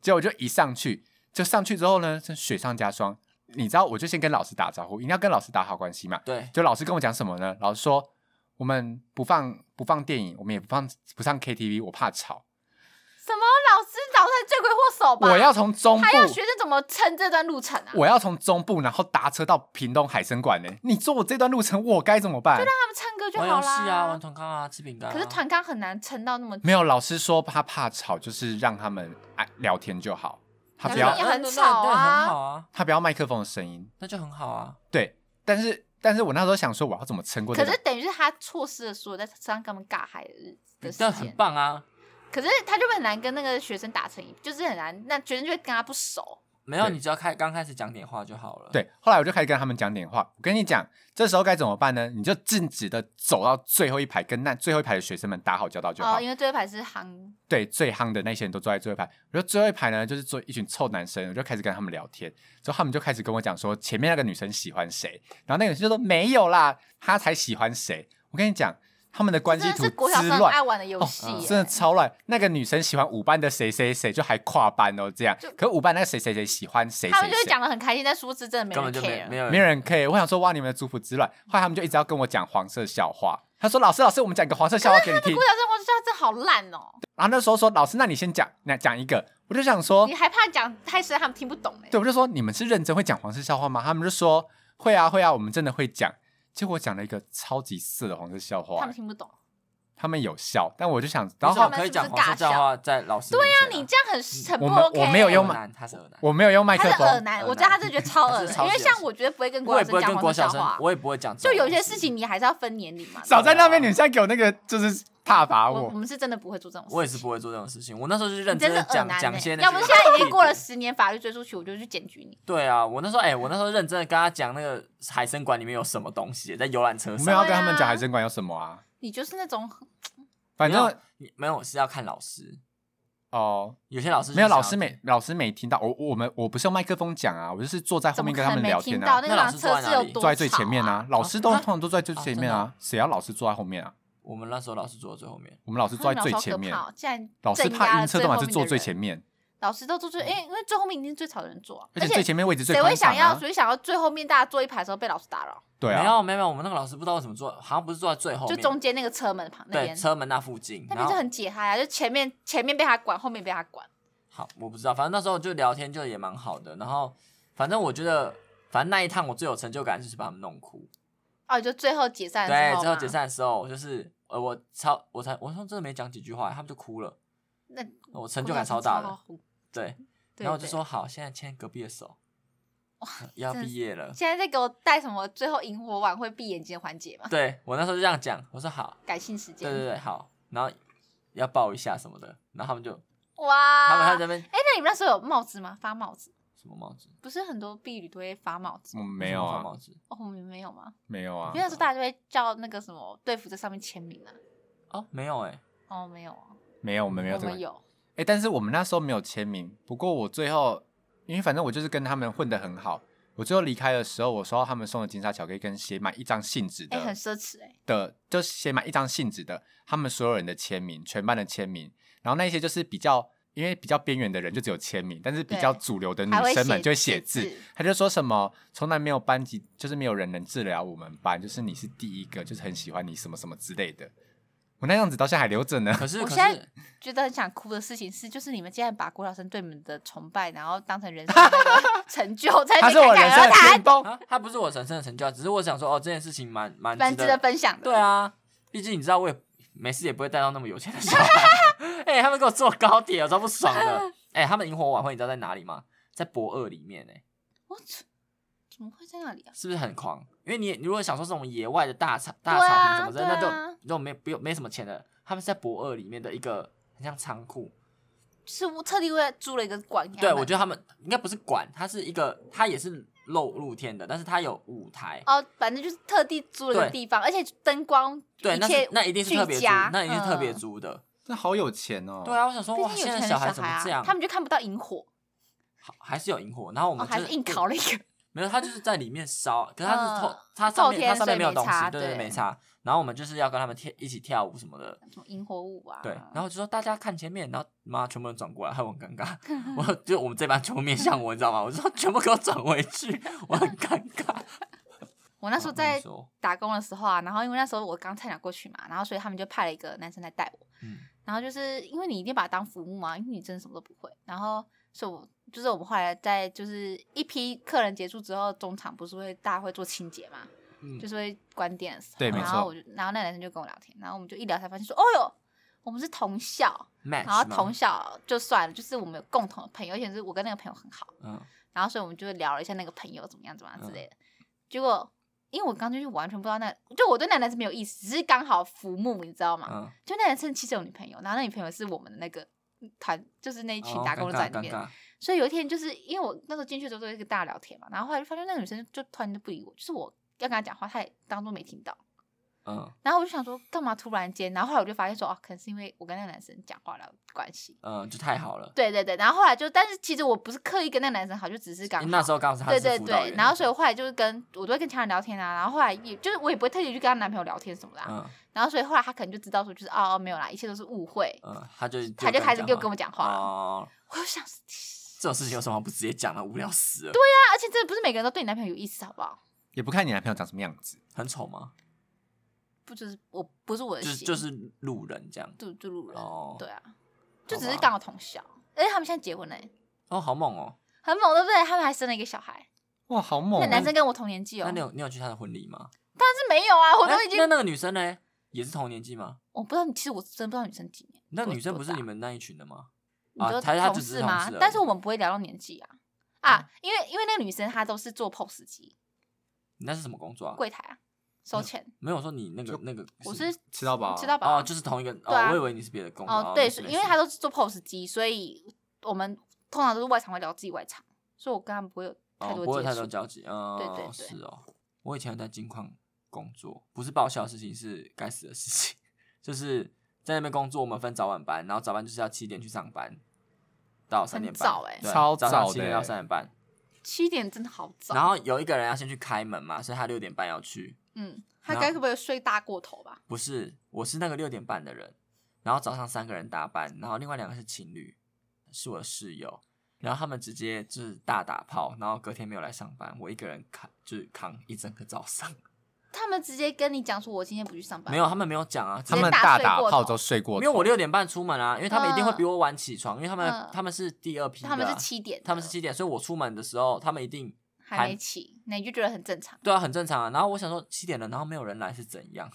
[SPEAKER 2] 结果我就一上去，就上去之后呢，就雪上加霜。你知道，我就先跟老师打招呼，一定要跟老师打好关系嘛。
[SPEAKER 3] 对，
[SPEAKER 2] 就老师跟我讲什么呢？老师说我们不放不放电影，我们也不放不上 KTV，我怕吵。
[SPEAKER 1] 什么老师脑才是罪魁祸首吧？
[SPEAKER 2] 我要从中部
[SPEAKER 1] 他，要学生怎么撑这段路程啊？
[SPEAKER 2] 我要从中部，然后搭车到屏东海参馆呢。你说我这段路程，我该怎么办？
[SPEAKER 1] 他们唱歌就
[SPEAKER 3] 玩
[SPEAKER 1] 好
[SPEAKER 3] 游戏啊，玩
[SPEAKER 1] 啦。
[SPEAKER 3] 团康啊，吃饼干啊。
[SPEAKER 1] 可是团康很难撑到那么久，
[SPEAKER 2] 没有，老师说他怕吵，就是让他们哎聊天就好，他不
[SPEAKER 1] 聊
[SPEAKER 2] 要
[SPEAKER 1] 天也很
[SPEAKER 3] 那那
[SPEAKER 1] 吵
[SPEAKER 3] 那那
[SPEAKER 1] 啊
[SPEAKER 3] 很好啊，
[SPEAKER 2] 他不要麦克风的声音。
[SPEAKER 3] 那就很好啊。
[SPEAKER 2] 对，但是但是我那时候想说，我要怎么撑过这
[SPEAKER 1] 可
[SPEAKER 2] 个
[SPEAKER 1] 是？等于是他错失了所有在车上跟他们尬嗨的日子的
[SPEAKER 3] 那
[SPEAKER 1] 时
[SPEAKER 3] 很
[SPEAKER 1] 间。
[SPEAKER 3] 棒啊，
[SPEAKER 1] 可是他就会很难跟那个学生打成一，就是很难，那学生就会跟他不熟。
[SPEAKER 3] 没有，
[SPEAKER 2] 对
[SPEAKER 3] 你只要开刚开始讲点话就好了。，
[SPEAKER 2] 对，后来我就开始跟他们讲点话。我跟你讲，这时候该怎么办呢？你就径直的走到最后一排，跟那最后一排的学生们打好交道就好。
[SPEAKER 1] 哦，因为最后一排是行，
[SPEAKER 2] 对，最夯的那些人都坐在最后一排。我说最后一排呢，就是坐一群臭男生，我就开始跟他们聊天。之后他们就开始跟我讲说，前面那个女生喜欢谁，然后那个女生就说没有啦，她才喜欢谁。我跟你讲，他们的关
[SPEAKER 1] 真
[SPEAKER 2] 系
[SPEAKER 1] 的
[SPEAKER 2] 图
[SPEAKER 1] 是国小
[SPEAKER 2] 之
[SPEAKER 1] 生
[SPEAKER 2] 乱
[SPEAKER 1] 爱。玩的游戏
[SPEAKER 3] 哦
[SPEAKER 1] 耶，
[SPEAKER 2] 真的超乱，那个女生喜欢五班的谁谁谁，就还跨班哦，这样
[SPEAKER 1] 就。
[SPEAKER 2] 可五班那个谁谁谁喜欢谁谁
[SPEAKER 1] 他们就会
[SPEAKER 2] 谁，
[SPEAKER 1] 讲的很开心，但殊不知真的没
[SPEAKER 3] 根
[SPEAKER 1] 人
[SPEAKER 3] 本就没
[SPEAKER 1] care。
[SPEAKER 3] 没有
[SPEAKER 2] 没有人可以。我想说，哇，你们的族谱之乱。后来他们就一直要跟我讲黄色笑话。他说：“老师，老师，我们讲一个黄色笑话给你听。
[SPEAKER 1] 国小生活真的好烂哦，”
[SPEAKER 2] 然后那时候说：“老师，那你先讲，那讲一个。”我就想说
[SPEAKER 1] 你，还怕讲太深，他们听不懂哎。
[SPEAKER 2] 对，我就说：“你们是认真会讲黄色笑话吗？”他们就说：“会啊，会啊，我们真的会讲。”结果我讲了一个超级色的黄色笑
[SPEAKER 1] 他
[SPEAKER 2] 话
[SPEAKER 1] 们，听不懂，
[SPEAKER 2] 他们有笑，但我就想，然
[SPEAKER 3] 然后
[SPEAKER 2] 后
[SPEAKER 1] 你
[SPEAKER 3] 可以
[SPEAKER 1] 是不是
[SPEAKER 3] 讲黄色
[SPEAKER 1] 尬
[SPEAKER 3] 笑
[SPEAKER 1] 笑
[SPEAKER 3] 话在老师对呀
[SPEAKER 1] 那你这样很很
[SPEAKER 2] 我
[SPEAKER 1] 不
[SPEAKER 2] 们
[SPEAKER 1] OK。
[SPEAKER 2] 我没啊有用
[SPEAKER 3] 耳
[SPEAKER 2] 嘛
[SPEAKER 3] 男，他是耳男，
[SPEAKER 2] 我没有用麦
[SPEAKER 1] 他
[SPEAKER 2] 克
[SPEAKER 1] 是耳
[SPEAKER 2] 风，
[SPEAKER 1] 男，
[SPEAKER 3] 耳
[SPEAKER 1] 我知道他真的觉得超耳
[SPEAKER 3] 他是
[SPEAKER 1] 男，
[SPEAKER 3] 超
[SPEAKER 1] 因为
[SPEAKER 3] 级
[SPEAKER 1] 像
[SPEAKER 3] 恶
[SPEAKER 1] 我绝对不会跟
[SPEAKER 3] 我
[SPEAKER 1] 国小
[SPEAKER 3] 也不会
[SPEAKER 1] 生
[SPEAKER 3] 跟
[SPEAKER 1] 讲
[SPEAKER 3] 国
[SPEAKER 1] 黄色
[SPEAKER 3] 小
[SPEAKER 1] 笑
[SPEAKER 3] 生
[SPEAKER 1] 话，，
[SPEAKER 3] 我也不会讲这
[SPEAKER 1] 就
[SPEAKER 3] 种东西。
[SPEAKER 1] 有些事情你还是要分年龄嘛。
[SPEAKER 2] 少在那边，你现在给我那个就是挞伐
[SPEAKER 1] 我
[SPEAKER 2] 我
[SPEAKER 1] 我。们是真的不会做这种事情。
[SPEAKER 3] 我也是不会做这种事情。我那时候就是认
[SPEAKER 1] 你真
[SPEAKER 3] 的
[SPEAKER 1] 是耳
[SPEAKER 3] 讲
[SPEAKER 1] 男
[SPEAKER 3] 讲一
[SPEAKER 1] 欸
[SPEAKER 3] 些那些，
[SPEAKER 1] 要不是现在已经过了十年法律追溯期，我就去检举你。
[SPEAKER 3] [laughs] 对啊，我那时候哎、我那时候认真的跟他讲那个海参馆里面有什么东西，在游览车
[SPEAKER 2] 我们
[SPEAKER 3] 上。
[SPEAKER 2] 要跟他们
[SPEAKER 1] 对啊
[SPEAKER 2] 讲海参馆有什么啊？
[SPEAKER 1] 你就是那种
[SPEAKER 2] 反
[SPEAKER 3] 没
[SPEAKER 2] 正
[SPEAKER 3] 有你没有是要看老师，
[SPEAKER 2] 哦，
[SPEAKER 3] 有些老师就是
[SPEAKER 2] 没有
[SPEAKER 3] 想
[SPEAKER 2] 老师
[SPEAKER 3] 要
[SPEAKER 2] 没老师没听到我我们我不是用麦克风讲啊，我就是坐在后
[SPEAKER 1] 怎么
[SPEAKER 2] 面
[SPEAKER 1] 可
[SPEAKER 2] 跟他
[SPEAKER 1] 能
[SPEAKER 2] 们
[SPEAKER 1] 没
[SPEAKER 2] 聊
[SPEAKER 1] 听
[SPEAKER 2] 天
[SPEAKER 1] 到
[SPEAKER 2] 啊，
[SPEAKER 1] 那
[SPEAKER 3] 那
[SPEAKER 1] 个
[SPEAKER 3] 老
[SPEAKER 1] 老
[SPEAKER 3] 师
[SPEAKER 1] 师
[SPEAKER 3] 坐
[SPEAKER 1] 车
[SPEAKER 3] 在
[SPEAKER 1] 是
[SPEAKER 3] 哪
[SPEAKER 1] 有
[SPEAKER 3] 里
[SPEAKER 1] 多
[SPEAKER 2] 坐在最前面
[SPEAKER 1] 吵啊
[SPEAKER 2] 啊，。老师都
[SPEAKER 3] 啊
[SPEAKER 2] 通常都坐在最
[SPEAKER 1] 哦
[SPEAKER 3] 啊
[SPEAKER 2] 前面
[SPEAKER 3] 真的
[SPEAKER 2] 啊
[SPEAKER 3] 啊，
[SPEAKER 2] 谁要老师坐在后面啊？
[SPEAKER 3] 我们那时候老师坐在最后面，
[SPEAKER 2] 我们老师
[SPEAKER 1] 他
[SPEAKER 2] 坐
[SPEAKER 1] 们
[SPEAKER 2] 在
[SPEAKER 1] 老师好
[SPEAKER 2] 最前
[SPEAKER 1] 可
[SPEAKER 2] 面，
[SPEAKER 1] 怕哦竟然
[SPEAKER 2] 老师
[SPEAKER 1] 镇
[SPEAKER 2] 怕
[SPEAKER 1] 压
[SPEAKER 2] 晕
[SPEAKER 1] 了
[SPEAKER 2] 车
[SPEAKER 1] 最
[SPEAKER 2] 懂吗？
[SPEAKER 1] 后
[SPEAKER 2] 是
[SPEAKER 1] 面
[SPEAKER 2] 坐
[SPEAKER 1] 的
[SPEAKER 2] 最
[SPEAKER 1] 人
[SPEAKER 2] 前面，
[SPEAKER 1] 老师都坐
[SPEAKER 3] 嗯
[SPEAKER 1] 最，因为因为最后面一定是最吵的人坐啊，
[SPEAKER 2] 而且最前面位置最
[SPEAKER 1] 谁
[SPEAKER 2] 宽
[SPEAKER 1] 会
[SPEAKER 2] 敞
[SPEAKER 1] 想要
[SPEAKER 2] 啊。
[SPEAKER 1] 谁想要最后面大家坐一排的时候被老师打扰？
[SPEAKER 2] 对
[SPEAKER 3] 没
[SPEAKER 2] 啊，
[SPEAKER 3] 有没有没有，我们那个老师不知道为什么坐，好像不是坐在最后
[SPEAKER 1] 就
[SPEAKER 3] 面，
[SPEAKER 1] 中间那个车门旁那
[SPEAKER 3] 对
[SPEAKER 1] 边，
[SPEAKER 3] 车门那附近，
[SPEAKER 1] 那
[SPEAKER 3] 然
[SPEAKER 1] 边
[SPEAKER 3] 后
[SPEAKER 1] 就很解嗨啊，就前面前面被他管，后面被他管。
[SPEAKER 3] 好，我不知道，反正那时候就聊天就也蛮好的，然后反正我觉得，反正那一趟我最有成就感就是把他们弄哭，
[SPEAKER 1] 哦，就最后解散的时
[SPEAKER 3] 对，
[SPEAKER 1] 候，
[SPEAKER 3] 最后解，散的时候就是呃我超我才我说真的没讲几句话，他们就哭了，
[SPEAKER 1] 那
[SPEAKER 3] 我成就感超大的，。对，
[SPEAKER 1] 对
[SPEAKER 3] 然后我就
[SPEAKER 1] 对
[SPEAKER 3] 说好，现在牵隔壁的手，
[SPEAKER 1] [laughs]
[SPEAKER 3] 呃要
[SPEAKER 1] 真的
[SPEAKER 3] 毕业了。
[SPEAKER 1] 现在在给我带什么最后萤火晚会闭眼睛的环节嘛？
[SPEAKER 3] 对我那时候就这样讲，我说好，
[SPEAKER 1] 感性时间。
[SPEAKER 3] 对对对，好，然后要抱一下什么的，然后他们就、
[SPEAKER 1] 哇！
[SPEAKER 3] 他们还在那边
[SPEAKER 1] 哎，那你们那时候有帽子吗？发帽子？
[SPEAKER 3] 什么帽子？
[SPEAKER 1] 不是很多婢女都会发帽子
[SPEAKER 2] 我
[SPEAKER 1] 吗？
[SPEAKER 3] 嗯
[SPEAKER 2] 们没有
[SPEAKER 3] 什么
[SPEAKER 2] 啊
[SPEAKER 3] 帽，子
[SPEAKER 1] 哦，你们没有吗？
[SPEAKER 2] 没有啊
[SPEAKER 1] 因为，那时候大家就会叫那个什么队服在上面签名啊。
[SPEAKER 3] 哦，没有哎、
[SPEAKER 1] [laughs] 哦，没有啊，
[SPEAKER 2] 没有，我们没有
[SPEAKER 1] 我
[SPEAKER 2] 这
[SPEAKER 1] 们
[SPEAKER 2] 个。
[SPEAKER 1] 有。
[SPEAKER 2] 哎，但是我们那时候没有签名，不过我最后，因为反正我就是跟他们混得很好。我最后离开的时候，我收到他们送的金沙巧克力跟写满一张信纸的
[SPEAKER 1] 哎，很奢侈哎。
[SPEAKER 2] 的，就写满一张信纸的，他们所有人的签名，全班的签名。然后那一些就是比较，因为比较边缘的人就只有签名，但是比较
[SPEAKER 1] 对
[SPEAKER 2] 主流的女
[SPEAKER 1] 还会
[SPEAKER 2] 生们
[SPEAKER 1] 写
[SPEAKER 2] 就会写
[SPEAKER 1] 字
[SPEAKER 2] 字。他就说什么，从来没有班级，就是没有人能治疗我们班，就是你是第一个，就是很喜欢你什么什么之类的。我那样子到现在还留着呢。
[SPEAKER 1] [laughs]
[SPEAKER 3] 可是
[SPEAKER 1] 我
[SPEAKER 3] 可
[SPEAKER 1] 现在
[SPEAKER 3] 是
[SPEAKER 1] 觉得很想哭的事情是，就是你们竟然把郭老生对你们的崇拜，然后当成人生的
[SPEAKER 3] [laughs]
[SPEAKER 1] 那个成就，在
[SPEAKER 2] 他是我人生的巅
[SPEAKER 1] 谈，
[SPEAKER 2] 峰。
[SPEAKER 3] 啊，他不是我人生的成就啊，只是我想说哦，这件事情蛮蛮
[SPEAKER 1] 蛮值得分享的。
[SPEAKER 3] 对，啊，毕竟你知道我也没事也不会带到那么有钱的小孩， [laughs] 哎、他们给我坐高铁，我超不爽的。哎、他们萤火晚会你知道在哪里吗？在博二里面哎、
[SPEAKER 1] 我操怎么会在那里啊？
[SPEAKER 3] 是不是很狂？因为你你如果想说这种野外的大草大
[SPEAKER 1] 对
[SPEAKER 3] 草
[SPEAKER 1] 啊
[SPEAKER 3] 坪什么的，
[SPEAKER 1] 对
[SPEAKER 3] 那就
[SPEAKER 1] 啊
[SPEAKER 3] 那种没不用没什么钱的，他们是在博二里面的一个很像仓库。
[SPEAKER 1] 是我特地为了租了一个馆给他
[SPEAKER 3] 对，
[SPEAKER 1] 们。
[SPEAKER 3] 我觉得他们应该不是馆，它是一个，它也是露露天的，但是它有舞台。
[SPEAKER 1] 哦，反正就是特地租了一个
[SPEAKER 3] 对
[SPEAKER 1] 地方，而且灯光
[SPEAKER 3] 对，
[SPEAKER 1] 一
[SPEAKER 3] 那
[SPEAKER 1] 切
[SPEAKER 3] 是那一定是
[SPEAKER 1] 俱
[SPEAKER 3] 特别租，
[SPEAKER 1] 佳
[SPEAKER 3] 那一定是特别
[SPEAKER 1] 嗯
[SPEAKER 3] 租的。
[SPEAKER 2] 那好有
[SPEAKER 1] [laughs]
[SPEAKER 2] 钱哦。
[SPEAKER 3] 对，啊，我想说，
[SPEAKER 1] 毕
[SPEAKER 3] 哇，
[SPEAKER 1] 竟有
[SPEAKER 3] 现
[SPEAKER 1] 钱的
[SPEAKER 3] 在小
[SPEAKER 1] 小
[SPEAKER 3] 孩怎么这样
[SPEAKER 1] 啊，？他们就看不到萤火，
[SPEAKER 3] 好还是有萤火，然后我
[SPEAKER 1] 哦，
[SPEAKER 3] 们
[SPEAKER 1] 还
[SPEAKER 3] 就是
[SPEAKER 1] 硬烤了一个。 [laughs]
[SPEAKER 3] 没有，他就是在里面烧，可是他是透
[SPEAKER 1] 嗯，
[SPEAKER 3] 他上
[SPEAKER 1] 透
[SPEAKER 3] 面
[SPEAKER 1] 天
[SPEAKER 3] 他上面没有
[SPEAKER 1] 所
[SPEAKER 3] 东
[SPEAKER 1] 以没
[SPEAKER 3] 西，
[SPEAKER 1] 差
[SPEAKER 3] 对对，
[SPEAKER 1] 对
[SPEAKER 3] 没差。然后我们就是要跟他们跳一起跳舞什么的，
[SPEAKER 1] 什么萤火舞啊？
[SPEAKER 3] 对，然后我就说大家看前面，然后妈全部人转过来， [laughs] 害我很尴尬。我就我们这班全部面向我，你知道吗？我就说全部给我转回去，我很尴尬。
[SPEAKER 1] 我那时候在
[SPEAKER 3] 你说
[SPEAKER 1] 打工的时候啊，然后因为那时候我刚菜鸟过去嘛，然后所以他们就派了一个男生来带我。
[SPEAKER 3] 嗯，
[SPEAKER 1] 然后就是因为你一定把它当服务嘛，因为你真的什么都不会。然后所以我就是我们后来在就是一批客人结束之后，中场不是会大家会做清洁嘛，
[SPEAKER 3] 嗯
[SPEAKER 1] 就是会关店的时候，
[SPEAKER 2] 对没
[SPEAKER 1] 然
[SPEAKER 2] 错
[SPEAKER 1] 后我就然后那男生就跟我聊天，然后我们就一聊才发现说，哦哟，我们是同校，
[SPEAKER 2] 哎
[SPEAKER 3] match
[SPEAKER 1] 然后
[SPEAKER 3] 吗
[SPEAKER 1] 同校就算了，就是我们有共同的朋友，而且是我跟那个朋友很好，
[SPEAKER 3] 嗯
[SPEAKER 1] 然后所以我们就聊了一下那个朋友怎么样怎么样之类的。结果因为我刚进去完全不知道那，就我对那男生没有意思，只是刚好浮木，你知道吗？
[SPEAKER 3] 嗯，
[SPEAKER 1] 就那男生其实有女朋友，然后那女朋友是我们的那个团，就是那一群
[SPEAKER 3] 哦
[SPEAKER 1] 打工仔
[SPEAKER 3] 尴
[SPEAKER 1] 里
[SPEAKER 3] 尬
[SPEAKER 1] 面。
[SPEAKER 3] 尴尬
[SPEAKER 1] 所以有一天就是因为我那时候进去的时候都一个大聊天嘛，然后后来就发现那个女生就突然就不理我，就是我要跟她讲话，她也当做没听到。
[SPEAKER 3] 嗯
[SPEAKER 1] 然后我就想说，干嘛突然间？然后后来我就发现说，哦，可能是因为我跟那个男生讲话了关系。
[SPEAKER 3] 嗯，就太好了。
[SPEAKER 1] 对对对，然后后来就，但是其实我不是刻意跟那个男生好，就只是刚
[SPEAKER 3] 因
[SPEAKER 1] 好
[SPEAKER 3] 为那时候刚好是他
[SPEAKER 1] 对
[SPEAKER 3] 是
[SPEAKER 1] 对
[SPEAKER 3] 辅导
[SPEAKER 1] 对
[SPEAKER 3] 员，，
[SPEAKER 1] 然后所以我后来就是跟我都会跟其他人聊天啊，然后后来也就是我也不会特地去跟她男朋友聊天什么的啊、
[SPEAKER 3] 嗯
[SPEAKER 1] 然后所以后来她可能就知道说就是哦哦没有啦，一切都是误会，
[SPEAKER 3] 嗯，他就
[SPEAKER 1] 她就开始又
[SPEAKER 3] 又
[SPEAKER 1] 跟我讲话了，
[SPEAKER 3] 哦，
[SPEAKER 1] 我就想说，
[SPEAKER 3] 这种事情有什么好不直接讲的？无聊死了。对，
[SPEAKER 1] 那而且真的不是每个人都对你男朋友有意思，好不好？
[SPEAKER 2] 也不看你男朋友长什么样子，
[SPEAKER 3] 很丑吗？
[SPEAKER 1] 不就是我不是我的
[SPEAKER 3] 就
[SPEAKER 1] 型，
[SPEAKER 3] 是就是路人这样。
[SPEAKER 1] 就就路人，
[SPEAKER 3] 哦
[SPEAKER 1] 对啊，就
[SPEAKER 3] 好
[SPEAKER 1] 只是
[SPEAKER 3] 吧
[SPEAKER 1] 刚好同校，而且他们现在结婚嘞、
[SPEAKER 3] 哦，好猛哦！
[SPEAKER 1] 很猛对不对？他们还生了一个小孩，
[SPEAKER 2] 哇，好猛、
[SPEAKER 1] 那
[SPEAKER 2] 哦！
[SPEAKER 1] 男生跟我同年纪哦，
[SPEAKER 3] 那你
[SPEAKER 1] 但
[SPEAKER 3] 有你有去他的婚礼吗？
[SPEAKER 1] 是没有啊，我都
[SPEAKER 3] 哎
[SPEAKER 1] 已经
[SPEAKER 3] 那那个女生呢？也是同年纪吗？
[SPEAKER 1] 我不知道，其实我真不知道女生几年，
[SPEAKER 3] 那
[SPEAKER 1] 多
[SPEAKER 3] 女生
[SPEAKER 1] 多
[SPEAKER 3] 不是
[SPEAKER 1] 大
[SPEAKER 3] 你们那一群的吗？
[SPEAKER 1] 你
[SPEAKER 3] 啊
[SPEAKER 1] 说
[SPEAKER 3] 他他
[SPEAKER 1] 同
[SPEAKER 3] 只是
[SPEAKER 1] 事
[SPEAKER 3] 同
[SPEAKER 1] 吗
[SPEAKER 3] 事而？
[SPEAKER 1] 但是
[SPEAKER 3] 已
[SPEAKER 1] 我们不会聊到年纪啊啊，因为因为那个女生她都是做 POS 机
[SPEAKER 3] 你那是什么工作啊？
[SPEAKER 1] 柜台啊，收钱。
[SPEAKER 3] 没有说你那个那个，
[SPEAKER 1] 我是
[SPEAKER 2] 吃到饱啊，
[SPEAKER 1] 吃到饱啊
[SPEAKER 3] 哦，就是同一个
[SPEAKER 1] 对啊
[SPEAKER 3] 哦，我以为你是别的工作。
[SPEAKER 1] 哦，对，
[SPEAKER 3] 没
[SPEAKER 1] 是
[SPEAKER 3] 事
[SPEAKER 1] 因
[SPEAKER 3] 没
[SPEAKER 1] 为
[SPEAKER 3] 事
[SPEAKER 1] 她都是做 POS 机，所以我们通常都是外场会聊自己外场，所以我跟他们不会有太
[SPEAKER 3] 哦，不会
[SPEAKER 1] 多接
[SPEAKER 3] 太多
[SPEAKER 1] 触。
[SPEAKER 3] 交集。嗯，
[SPEAKER 1] 对对对
[SPEAKER 3] 是哦。我以前有在金矿工作，不是爆笑的事情，是该死的事情， [laughs] 就是在那边工作，我们分早晚班，然后早班就是要七点去上班，到三点半，
[SPEAKER 1] 早欸
[SPEAKER 3] 对
[SPEAKER 2] 超
[SPEAKER 3] 早上
[SPEAKER 2] 早
[SPEAKER 3] 七点
[SPEAKER 2] 的
[SPEAKER 3] 到
[SPEAKER 2] 欸
[SPEAKER 3] 三点半，
[SPEAKER 1] 七点真的好早，
[SPEAKER 3] 然后有一个人要先去开门嘛，所以他六点半要去，
[SPEAKER 1] 嗯，她
[SPEAKER 3] 然后
[SPEAKER 1] 该不会睡大过头吧？
[SPEAKER 3] 不是，我是那个六点半的人，然后早上三个人搭班，然后另外两个是情侣，是我的室友，然后他们直接就是大打炮，然后隔天没有来上班，我一个人扛就是扛一整个早上，
[SPEAKER 1] 他们直接跟你讲说，我今天不去上班，
[SPEAKER 3] 没有，他们没有讲啊，只
[SPEAKER 2] 他
[SPEAKER 3] 是
[SPEAKER 2] 们大打炮都睡过
[SPEAKER 3] 因
[SPEAKER 2] 头，
[SPEAKER 3] 为我六点半出门啊，因为他们一定会比我晚起床，因为他们、
[SPEAKER 1] 嗯
[SPEAKER 3] 他们是第二批的啊、
[SPEAKER 1] 他们是七点的，
[SPEAKER 3] 他们是七点，所以我出门的时候他们一定
[SPEAKER 1] 还没起，那你就觉得很正常，
[SPEAKER 3] 对啊，很正常啊。然后我想说七点了，然后没有人来是怎样？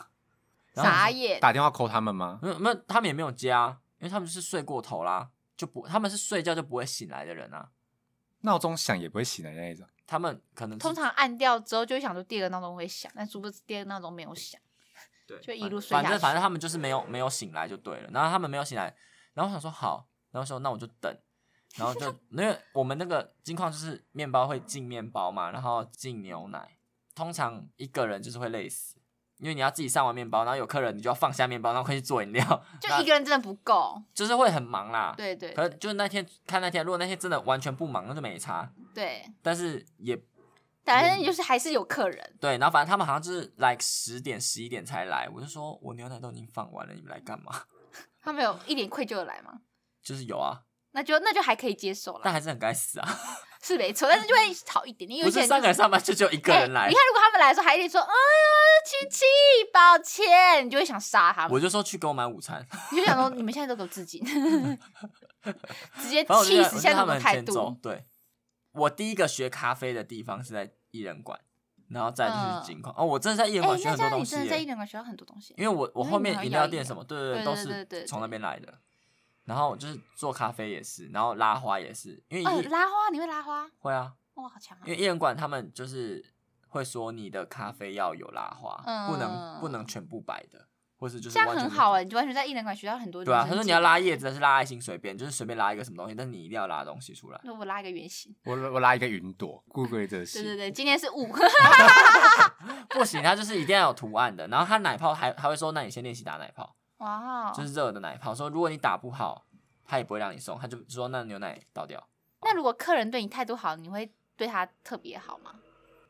[SPEAKER 3] 然后
[SPEAKER 1] 傻眼。
[SPEAKER 2] 打电话 call 他们吗？
[SPEAKER 3] 没有没有，他们也没有接啊，因为他们就是睡过头啦，就不他们是睡觉就不会醒来的人啊。
[SPEAKER 2] 闹钟响也不会醒的那一种，
[SPEAKER 3] 他们可能是
[SPEAKER 1] 通常按掉之后就会想说第二个闹钟会响，但殊不知第二个闹钟没有响。
[SPEAKER 3] 对
[SPEAKER 1] 就一路睡
[SPEAKER 3] 反
[SPEAKER 1] 下
[SPEAKER 3] 正
[SPEAKER 1] 去
[SPEAKER 3] 反正他们就是没有没有醒来就对了。然后他们没有醒来，然后我想说好，然后说那我就等，
[SPEAKER 1] [laughs]
[SPEAKER 3] 然后就因为我们那个金矿就是面包会进面包嘛，然后进牛奶，通常一个人就是会累死。因为你要自己上完面包，然后有客人，你就要放下面包，然后回去做饮料，
[SPEAKER 1] 就
[SPEAKER 3] 那
[SPEAKER 1] 一个人真的不够，
[SPEAKER 3] 就是会很忙啦。，
[SPEAKER 1] 对对
[SPEAKER 3] 可是就是那天看那天，如果那天真的完全不忙，那就没差。
[SPEAKER 1] 对，
[SPEAKER 3] 但是也
[SPEAKER 1] 反
[SPEAKER 3] 嗯
[SPEAKER 1] 正就是还是有客人，
[SPEAKER 3] 对，然后反正他们好像就是来十点十一点才来，我就说我牛奶都已经放完了，你们来干嘛？ [laughs]
[SPEAKER 1] 他们有一点愧疚的来嘛，
[SPEAKER 3] 就是有啊，
[SPEAKER 1] 那就那就还可以接受了，
[SPEAKER 3] 但还是很该死啊！
[SPEAKER 1] 是没错，但是就会好一点点，因为有
[SPEAKER 3] 不
[SPEAKER 1] 些
[SPEAKER 3] 是
[SPEAKER 1] 人
[SPEAKER 3] 三个人
[SPEAKER 1] 就是
[SPEAKER 3] 上班就只有一个人
[SPEAKER 1] 哎
[SPEAKER 3] 来
[SPEAKER 1] 你，看如果他们来的时候还一直说，哎呀，七七，抱歉，你就会想杀他
[SPEAKER 3] 我
[SPEAKER 1] 们，
[SPEAKER 3] 就说去给我买午餐，
[SPEAKER 1] 你就想说你们现在都给我
[SPEAKER 3] [laughs]
[SPEAKER 1] 致敬，直接
[SPEAKER 3] 反正我就
[SPEAKER 1] 气
[SPEAKER 3] 觉得
[SPEAKER 1] 死
[SPEAKER 3] 我觉
[SPEAKER 1] 现在这
[SPEAKER 3] 得他们
[SPEAKER 1] 种
[SPEAKER 3] 很
[SPEAKER 1] 态
[SPEAKER 3] 欠揍
[SPEAKER 1] 度。。
[SPEAKER 3] 对，我第一个学咖啡的地方是在艺人馆，然后再就是金矿。哦，我真的在艺人
[SPEAKER 1] 哎
[SPEAKER 3] 馆，学
[SPEAKER 1] 那
[SPEAKER 3] 很
[SPEAKER 1] 这
[SPEAKER 3] 多
[SPEAKER 1] 样
[SPEAKER 3] 东
[SPEAKER 1] 你
[SPEAKER 3] 西
[SPEAKER 1] 真的在一
[SPEAKER 3] 耶，
[SPEAKER 1] 两馆学到很多东西，
[SPEAKER 3] 因为我我
[SPEAKER 1] 那
[SPEAKER 3] 后
[SPEAKER 1] 你
[SPEAKER 3] 面
[SPEAKER 1] 还
[SPEAKER 3] 饮
[SPEAKER 1] 要
[SPEAKER 3] 料
[SPEAKER 1] 饮
[SPEAKER 3] 店
[SPEAKER 1] 料
[SPEAKER 3] 什么，对对
[SPEAKER 1] 对
[SPEAKER 3] 都
[SPEAKER 1] 对对对
[SPEAKER 3] 是从
[SPEAKER 1] 对
[SPEAKER 3] 那边来的。然后就是做咖啡也是，然后拉花也是，因为
[SPEAKER 1] 哦
[SPEAKER 3] 一
[SPEAKER 1] 拉花你会拉花，
[SPEAKER 3] 会啊，
[SPEAKER 1] 哇，好强啊
[SPEAKER 3] 因！为艺人馆他们就是会说你的咖啡要有拉花，不能不
[SPEAKER 1] 嗯
[SPEAKER 3] 能全部白的，或是就是
[SPEAKER 1] 这样
[SPEAKER 3] 完全
[SPEAKER 1] 很
[SPEAKER 3] 不
[SPEAKER 1] 好哎、你就完全在艺人馆学到很多。
[SPEAKER 3] 对啊，他说你要拉叶子，但是拉爱心随便，就是随便拉一个什么东西，但是你一定要拉东西出来。
[SPEAKER 1] 那我拉一个圆形。
[SPEAKER 2] 我我拉一个云朵，顾归则
[SPEAKER 1] 对对
[SPEAKER 2] 是。
[SPEAKER 1] 对，今天是
[SPEAKER 3] [laughs]
[SPEAKER 1] 五，
[SPEAKER 3] 不行，它就是一定要有图案的。然后他奶泡还还会说，那你先练习打奶泡，
[SPEAKER 1] 哇哦！
[SPEAKER 3] 就是热的奶泡。说如果你打不好，他也不会让你送，他就说那牛奶倒掉。
[SPEAKER 1] 那如果客人对你态度好，你会对他特别好吗？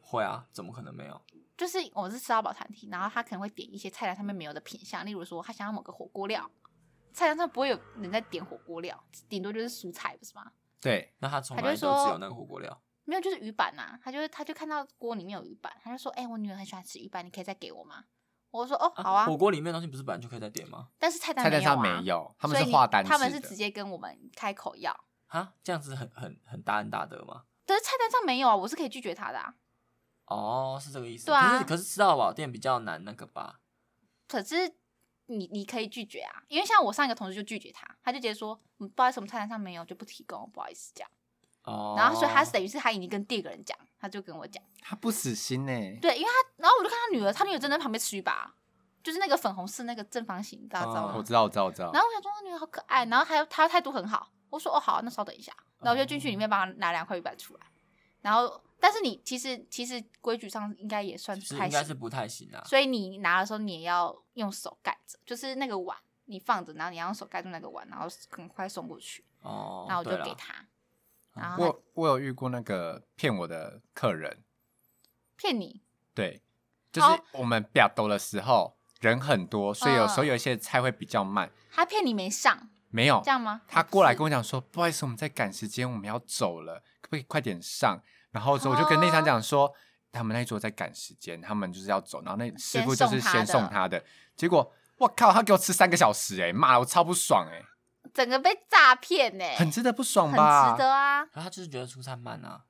[SPEAKER 3] 会啊，怎么可能没有？
[SPEAKER 1] 就是我是吃到饱餐厅，然后他可能会点一些菜单上面没有的品项，例如说他想要某个火锅料，菜单上不会有人在点火锅料，顶多就是蔬菜，不是吗？
[SPEAKER 2] 对，
[SPEAKER 3] 那他从
[SPEAKER 1] 他
[SPEAKER 3] 来
[SPEAKER 1] 就
[SPEAKER 3] 都只有
[SPEAKER 1] 说
[SPEAKER 3] 那个火锅料。
[SPEAKER 1] 没有，就是鱼板呐、他就他就看到锅里面有鱼板，他就说：“哎、我女儿很喜欢吃鱼板，你可以再给我吗？”我说哦，好啊，
[SPEAKER 3] 火锅里面的东西不是本来就可以再点吗？
[SPEAKER 1] 但是菜单
[SPEAKER 2] 菜单
[SPEAKER 1] 有、啊、
[SPEAKER 2] 上没有，他们
[SPEAKER 1] 所以
[SPEAKER 2] 是
[SPEAKER 1] 你
[SPEAKER 2] 画单式的，
[SPEAKER 1] 他们是直接跟我们开口要，
[SPEAKER 3] 哈，这样子很很很大恩大德吗？
[SPEAKER 1] 但是菜单上没有啊，我是可以拒绝他的、啊。
[SPEAKER 3] 哦，是这个意思。
[SPEAKER 1] 对啊
[SPEAKER 3] 可是可是吃到饱店比较难那个吧？
[SPEAKER 1] 可是你你可以拒绝啊，因为像我上一个同事就拒绝他，他就直接说，嗯，不好意思，我们菜单上没有，就不提供，不好意思这样。
[SPEAKER 3] 哦，
[SPEAKER 1] 然后所以他是等于是他已经跟第二个人讲，他就跟我讲，
[SPEAKER 2] 他不死心呢、
[SPEAKER 1] 对，因为他，然后我就看他女儿，他女儿真的在旁边吃鱼吧，就是那个粉红色那个正方形，大家知道吗？
[SPEAKER 2] 哦我知道，我知道，我知道。
[SPEAKER 1] 然后我想说那女儿好可爱，然后还有她态度很好，我说哦好，那稍等一下，然后我就进去
[SPEAKER 2] 哦
[SPEAKER 1] 里面帮她拿两块鱼板出来，然后但是你其实其实规矩上应该也算
[SPEAKER 3] 就是是
[SPEAKER 1] 不太
[SPEAKER 3] 应该是
[SPEAKER 1] 行，
[SPEAKER 3] 不太行啊。
[SPEAKER 1] 所以你拿的时候你也要用手盖着，就是那个碗你放着，然后你要用手盖住那个碗，然后很快送过去，
[SPEAKER 3] 哦，
[SPEAKER 1] 然后我就
[SPEAKER 3] 对啦
[SPEAKER 1] 给她，然后她
[SPEAKER 2] 我我有遇嗯过那个骗我的客人，
[SPEAKER 1] 骗你，
[SPEAKER 2] 对，就是
[SPEAKER 1] 哦
[SPEAKER 2] 我们表兜的时候人很多，所以有时候
[SPEAKER 1] 嗯
[SPEAKER 2] 有一些菜会比较慢。
[SPEAKER 1] 她骗你没上，
[SPEAKER 2] 没有
[SPEAKER 1] 这，样吗？
[SPEAKER 2] 他过来
[SPEAKER 1] 是
[SPEAKER 2] 跟我讲说，不好意思，我们在赶时间，我们要走了，可不可以快点上？然后之后我就跟那
[SPEAKER 1] 啊
[SPEAKER 2] 一场讲说，他们那一桌在赶时间，他们就是要走，然后那师傅就是
[SPEAKER 1] 先送他的
[SPEAKER 2] 先送他的，结果我靠，他给我吃三个小时、哎，妈，我超不爽、
[SPEAKER 1] 整个被诈骗呢、
[SPEAKER 2] 哎，很值得不爽
[SPEAKER 1] 很
[SPEAKER 2] 吧？
[SPEAKER 1] 值得啊，
[SPEAKER 3] 可是他就是觉得出餐慢啊。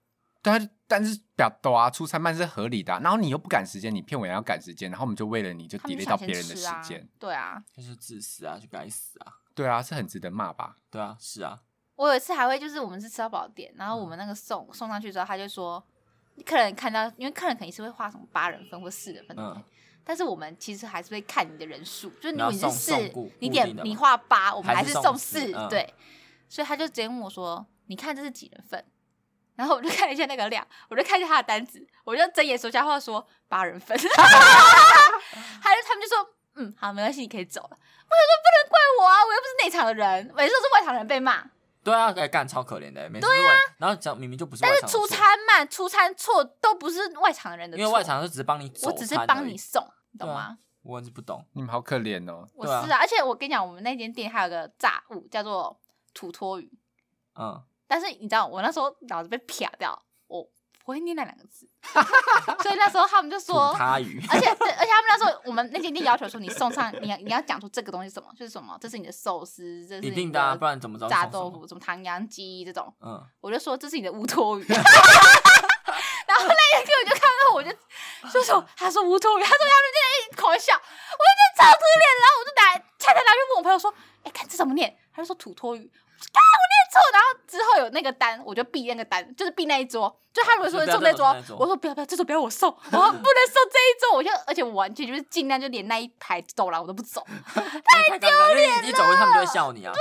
[SPEAKER 2] 对啊，但是表斗啊，出餐慢是合理的啊、然后你又不赶时间，你骗我也要赶时间，然后我们就为了你就
[SPEAKER 1] 他们就
[SPEAKER 2] delay
[SPEAKER 1] 想
[SPEAKER 2] 到别
[SPEAKER 1] 先
[SPEAKER 2] 人的
[SPEAKER 1] 吃
[SPEAKER 2] 时
[SPEAKER 1] 啊
[SPEAKER 2] 间，，
[SPEAKER 1] 对啊。
[SPEAKER 3] 就是自私啊，就该死啊！
[SPEAKER 2] 对啊，是很值得骂吧？
[SPEAKER 3] 对啊，是啊，
[SPEAKER 1] 我有一次还会就是我们是吃到饱点，然后
[SPEAKER 3] 嗯
[SPEAKER 1] 我们那个送、送上去之后，他就说客人看到，因为客人肯定是会画什么八人份或四人份，
[SPEAKER 3] 嗯，
[SPEAKER 1] 但是我们其实还是会看你的人数，就是
[SPEAKER 3] 然后
[SPEAKER 1] 你是
[SPEAKER 3] 送
[SPEAKER 1] 四
[SPEAKER 3] 送固，
[SPEAKER 1] 你
[SPEAKER 3] 固
[SPEAKER 1] 点
[SPEAKER 3] 定的
[SPEAKER 1] 你
[SPEAKER 3] 嘛
[SPEAKER 1] 画八，我们
[SPEAKER 3] 还
[SPEAKER 1] 还
[SPEAKER 3] 是
[SPEAKER 1] 是
[SPEAKER 3] 送
[SPEAKER 1] 送
[SPEAKER 3] 四
[SPEAKER 1] 四，
[SPEAKER 3] 嗯
[SPEAKER 1] 对，所以他就直接问我说：“你看这是几人份？”然后我就看了一下那个量，我就看一下他的单子，我就睁眼说瞎话说八人份，他 [laughs] 就他们就说。嗯，好，没关系，你可以走了。我想说不能怪我啊，我又不是内场的人，每次都是外场人被骂。
[SPEAKER 3] 对啊，哎，干超可怜的，每次对啊，然后讲明明就不是外
[SPEAKER 1] 但
[SPEAKER 3] 场
[SPEAKER 1] 是
[SPEAKER 3] 的
[SPEAKER 1] 出
[SPEAKER 3] 错，
[SPEAKER 1] 餐慢、出餐错都不是外场人的
[SPEAKER 3] 因
[SPEAKER 1] 错，
[SPEAKER 3] 为外场就只是帮你走
[SPEAKER 1] 我
[SPEAKER 3] 餐而已，
[SPEAKER 1] 只是帮你送，你懂
[SPEAKER 3] 对啊
[SPEAKER 1] 吗？
[SPEAKER 3] 我真是不懂
[SPEAKER 2] 你们好可怜哦。
[SPEAKER 1] 我
[SPEAKER 3] 对啊
[SPEAKER 1] 是啊，而且我跟你讲，我们那间店还有个炸物叫做土托鱼，
[SPEAKER 3] 嗯，
[SPEAKER 1] 但是你知道我那时候脑子被撇掉，我不会念那两个字， [laughs] 所以那时候 [laughs] 他们就
[SPEAKER 3] 吐
[SPEAKER 1] 说，
[SPEAKER 3] 他鱼，
[SPEAKER 1] 而且而且他们那时候我们那间店要求说你送上你要你要讲出这个东西是什么，就是什么，这是你的寿司，这是你
[SPEAKER 3] 一定的啊，不然怎么知道
[SPEAKER 1] 炸
[SPEAKER 3] 送什
[SPEAKER 1] 豆
[SPEAKER 3] 么？
[SPEAKER 1] 腐，什么唐扬鸡这种，
[SPEAKER 3] 嗯，
[SPEAKER 1] 我就说这是你的乌托 [laughs] 鱼。然后那一刻我就看到，我就说什么？他说乌托鱼，他说他们就在那里狂笑，我就觉得超丢脸。然后我就拿恰恰拿去问我朋友说：“哎、看这怎么念？”他就说土托鱼。我说啊，我念错。然后之后有那个单，我就避那个单，就是避那一桌。就他如果说
[SPEAKER 3] 哦就
[SPEAKER 1] 送
[SPEAKER 3] 不要
[SPEAKER 1] 那桌
[SPEAKER 3] 再送那一，桌
[SPEAKER 1] 我说不要不要，这桌不要我送，我说不能送这一桌。我就而且我完全就是尽量就连那一排走廊我都不走，
[SPEAKER 3] 太丢脸了，因为你一走过去他们就会笑你啊，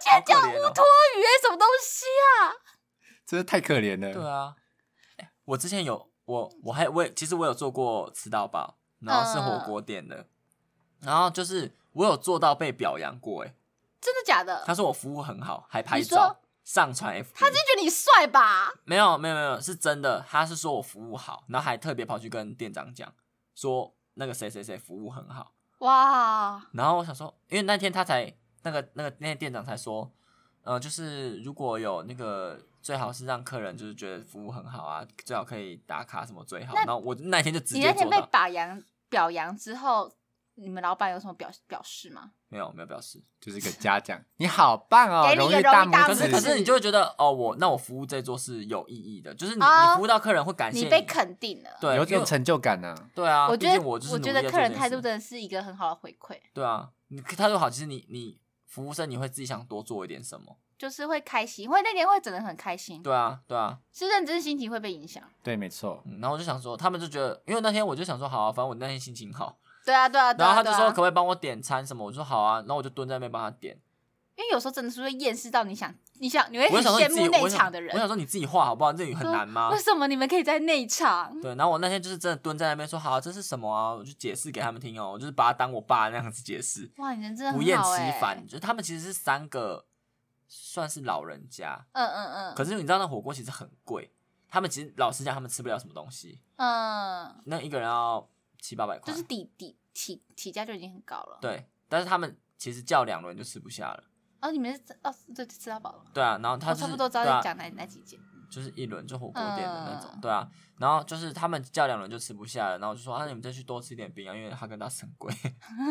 [SPEAKER 1] 竟然叫
[SPEAKER 3] 好可怜哦
[SPEAKER 1] 乌托鱼、哎什么东西啊？
[SPEAKER 2] 真的太可怜了。
[SPEAKER 3] 对啊，哎我之前有我我还我也其实我有做过吃到饱，然后是火
[SPEAKER 1] 嗯
[SPEAKER 3] 锅店的，然后就是我有做到被表扬过，哎，
[SPEAKER 1] 真的假的？
[SPEAKER 3] 他说我服务很好，还拍
[SPEAKER 1] 你说
[SPEAKER 3] 照上传 F，
[SPEAKER 1] 他就觉得你帅吧？
[SPEAKER 3] 没有没有没有，是真的。他是说我服务好，然后还特别跑去跟店长讲，说那个谁谁谁服务很好。
[SPEAKER 1] 哇，
[SPEAKER 3] 然后我想说，因为那天他才那个那个那天店长才说，呃，就是如果有那个最好是让客人就是觉得服务很好啊，最好可以打卡什么最好。然后我那天就直
[SPEAKER 1] 你那
[SPEAKER 3] 接
[SPEAKER 1] 天
[SPEAKER 3] 做
[SPEAKER 1] 被
[SPEAKER 3] 到，
[SPEAKER 1] 表扬表扬之后，你们老板有什么表表示吗？
[SPEAKER 3] 没有没有表示。
[SPEAKER 2] 就是个嘉奖，你好棒哦，
[SPEAKER 1] 给你一个荣
[SPEAKER 2] 誉
[SPEAKER 1] 誉大
[SPEAKER 2] 拇
[SPEAKER 1] 拇
[SPEAKER 3] 可
[SPEAKER 1] 指
[SPEAKER 3] 是
[SPEAKER 1] 嗯
[SPEAKER 3] 可是你就会觉得哦，我那我服务这桌是有意义的，就是你、
[SPEAKER 1] 哦
[SPEAKER 3] 你服务到客人会感谢
[SPEAKER 1] 你被肯定了。
[SPEAKER 3] 对，
[SPEAKER 2] 有
[SPEAKER 3] 因
[SPEAKER 2] 点
[SPEAKER 3] 为
[SPEAKER 2] 成就感呢、
[SPEAKER 3] 对啊，
[SPEAKER 1] 我
[SPEAKER 3] 毕
[SPEAKER 1] 觉得
[SPEAKER 3] 竟我就是
[SPEAKER 1] 觉
[SPEAKER 3] 努
[SPEAKER 1] 得
[SPEAKER 3] 力在
[SPEAKER 1] 客
[SPEAKER 3] 做
[SPEAKER 1] 人
[SPEAKER 3] 这件
[SPEAKER 1] 态
[SPEAKER 3] 事
[SPEAKER 1] 度真的是一个很好的回馈，
[SPEAKER 3] 对啊，你态度好，其实你你服务生你会自己想多做一点什么。
[SPEAKER 1] 就是会开心，会那天会整的很开心，
[SPEAKER 3] 对啊，对啊，
[SPEAKER 1] 是认真心情会被影响。
[SPEAKER 2] 对，没错，
[SPEAKER 3] 嗯，然后我就想说，他们就觉得，因为那天我就想说，好啊，反正我那天心情好，
[SPEAKER 1] 对啊，对啊，对
[SPEAKER 3] 然
[SPEAKER 1] 啊。
[SPEAKER 3] 后他就
[SPEAKER 1] 对
[SPEAKER 3] 说
[SPEAKER 1] 啊
[SPEAKER 3] 可不可以帮我点餐什么，我就说好啊，然后我就蹲在那边帮他点。
[SPEAKER 1] 因为有时候真的是会厌世到你想，你想你会
[SPEAKER 3] 我
[SPEAKER 1] 哎很
[SPEAKER 3] 就想说你
[SPEAKER 1] 羡
[SPEAKER 3] 自己，
[SPEAKER 1] 慕
[SPEAKER 3] 我
[SPEAKER 1] 内
[SPEAKER 3] 想
[SPEAKER 1] 场的人啊
[SPEAKER 3] 我，想说你自己画好不好？日语很
[SPEAKER 1] 说
[SPEAKER 3] 难吗
[SPEAKER 1] 为？什么你们可以在内场？
[SPEAKER 3] 对，然后我那天就是真的蹲在那边说，好啊、这是什么啊？我就解释给他们听哦，我就是把他当我爸那样子解释，
[SPEAKER 1] 哇，你人真的
[SPEAKER 3] 不
[SPEAKER 1] 很
[SPEAKER 3] 厌
[SPEAKER 1] 好
[SPEAKER 3] 其
[SPEAKER 1] 哎、
[SPEAKER 3] 烦。就是他们其实是三个，算是老人家，
[SPEAKER 1] 嗯嗯嗯，
[SPEAKER 3] 可是你知道那火锅其实很贵，他们其实老实讲，他们吃不了什么东西。
[SPEAKER 1] 嗯，
[SPEAKER 3] 那一个人要七八百块，
[SPEAKER 1] 就是底底起起价就已经很高了。
[SPEAKER 3] 对，但是他们其实叫两轮就吃不下了，
[SPEAKER 1] 哦，你们是哦，对，吃到饱了。
[SPEAKER 3] 对啊，然后他、
[SPEAKER 1] 我
[SPEAKER 3] 就是、
[SPEAKER 1] 哦差不多知道
[SPEAKER 3] 对
[SPEAKER 1] 你
[SPEAKER 3] 啊
[SPEAKER 1] 讲哪哪几件。
[SPEAKER 3] 就是一轮就火锅店的那种，
[SPEAKER 1] 嗯
[SPEAKER 3] 对啊。然后就是他们叫两轮就吃不下了，然后我就说啊，你们再去多吃点冰啊，因为哈根达斯很贵。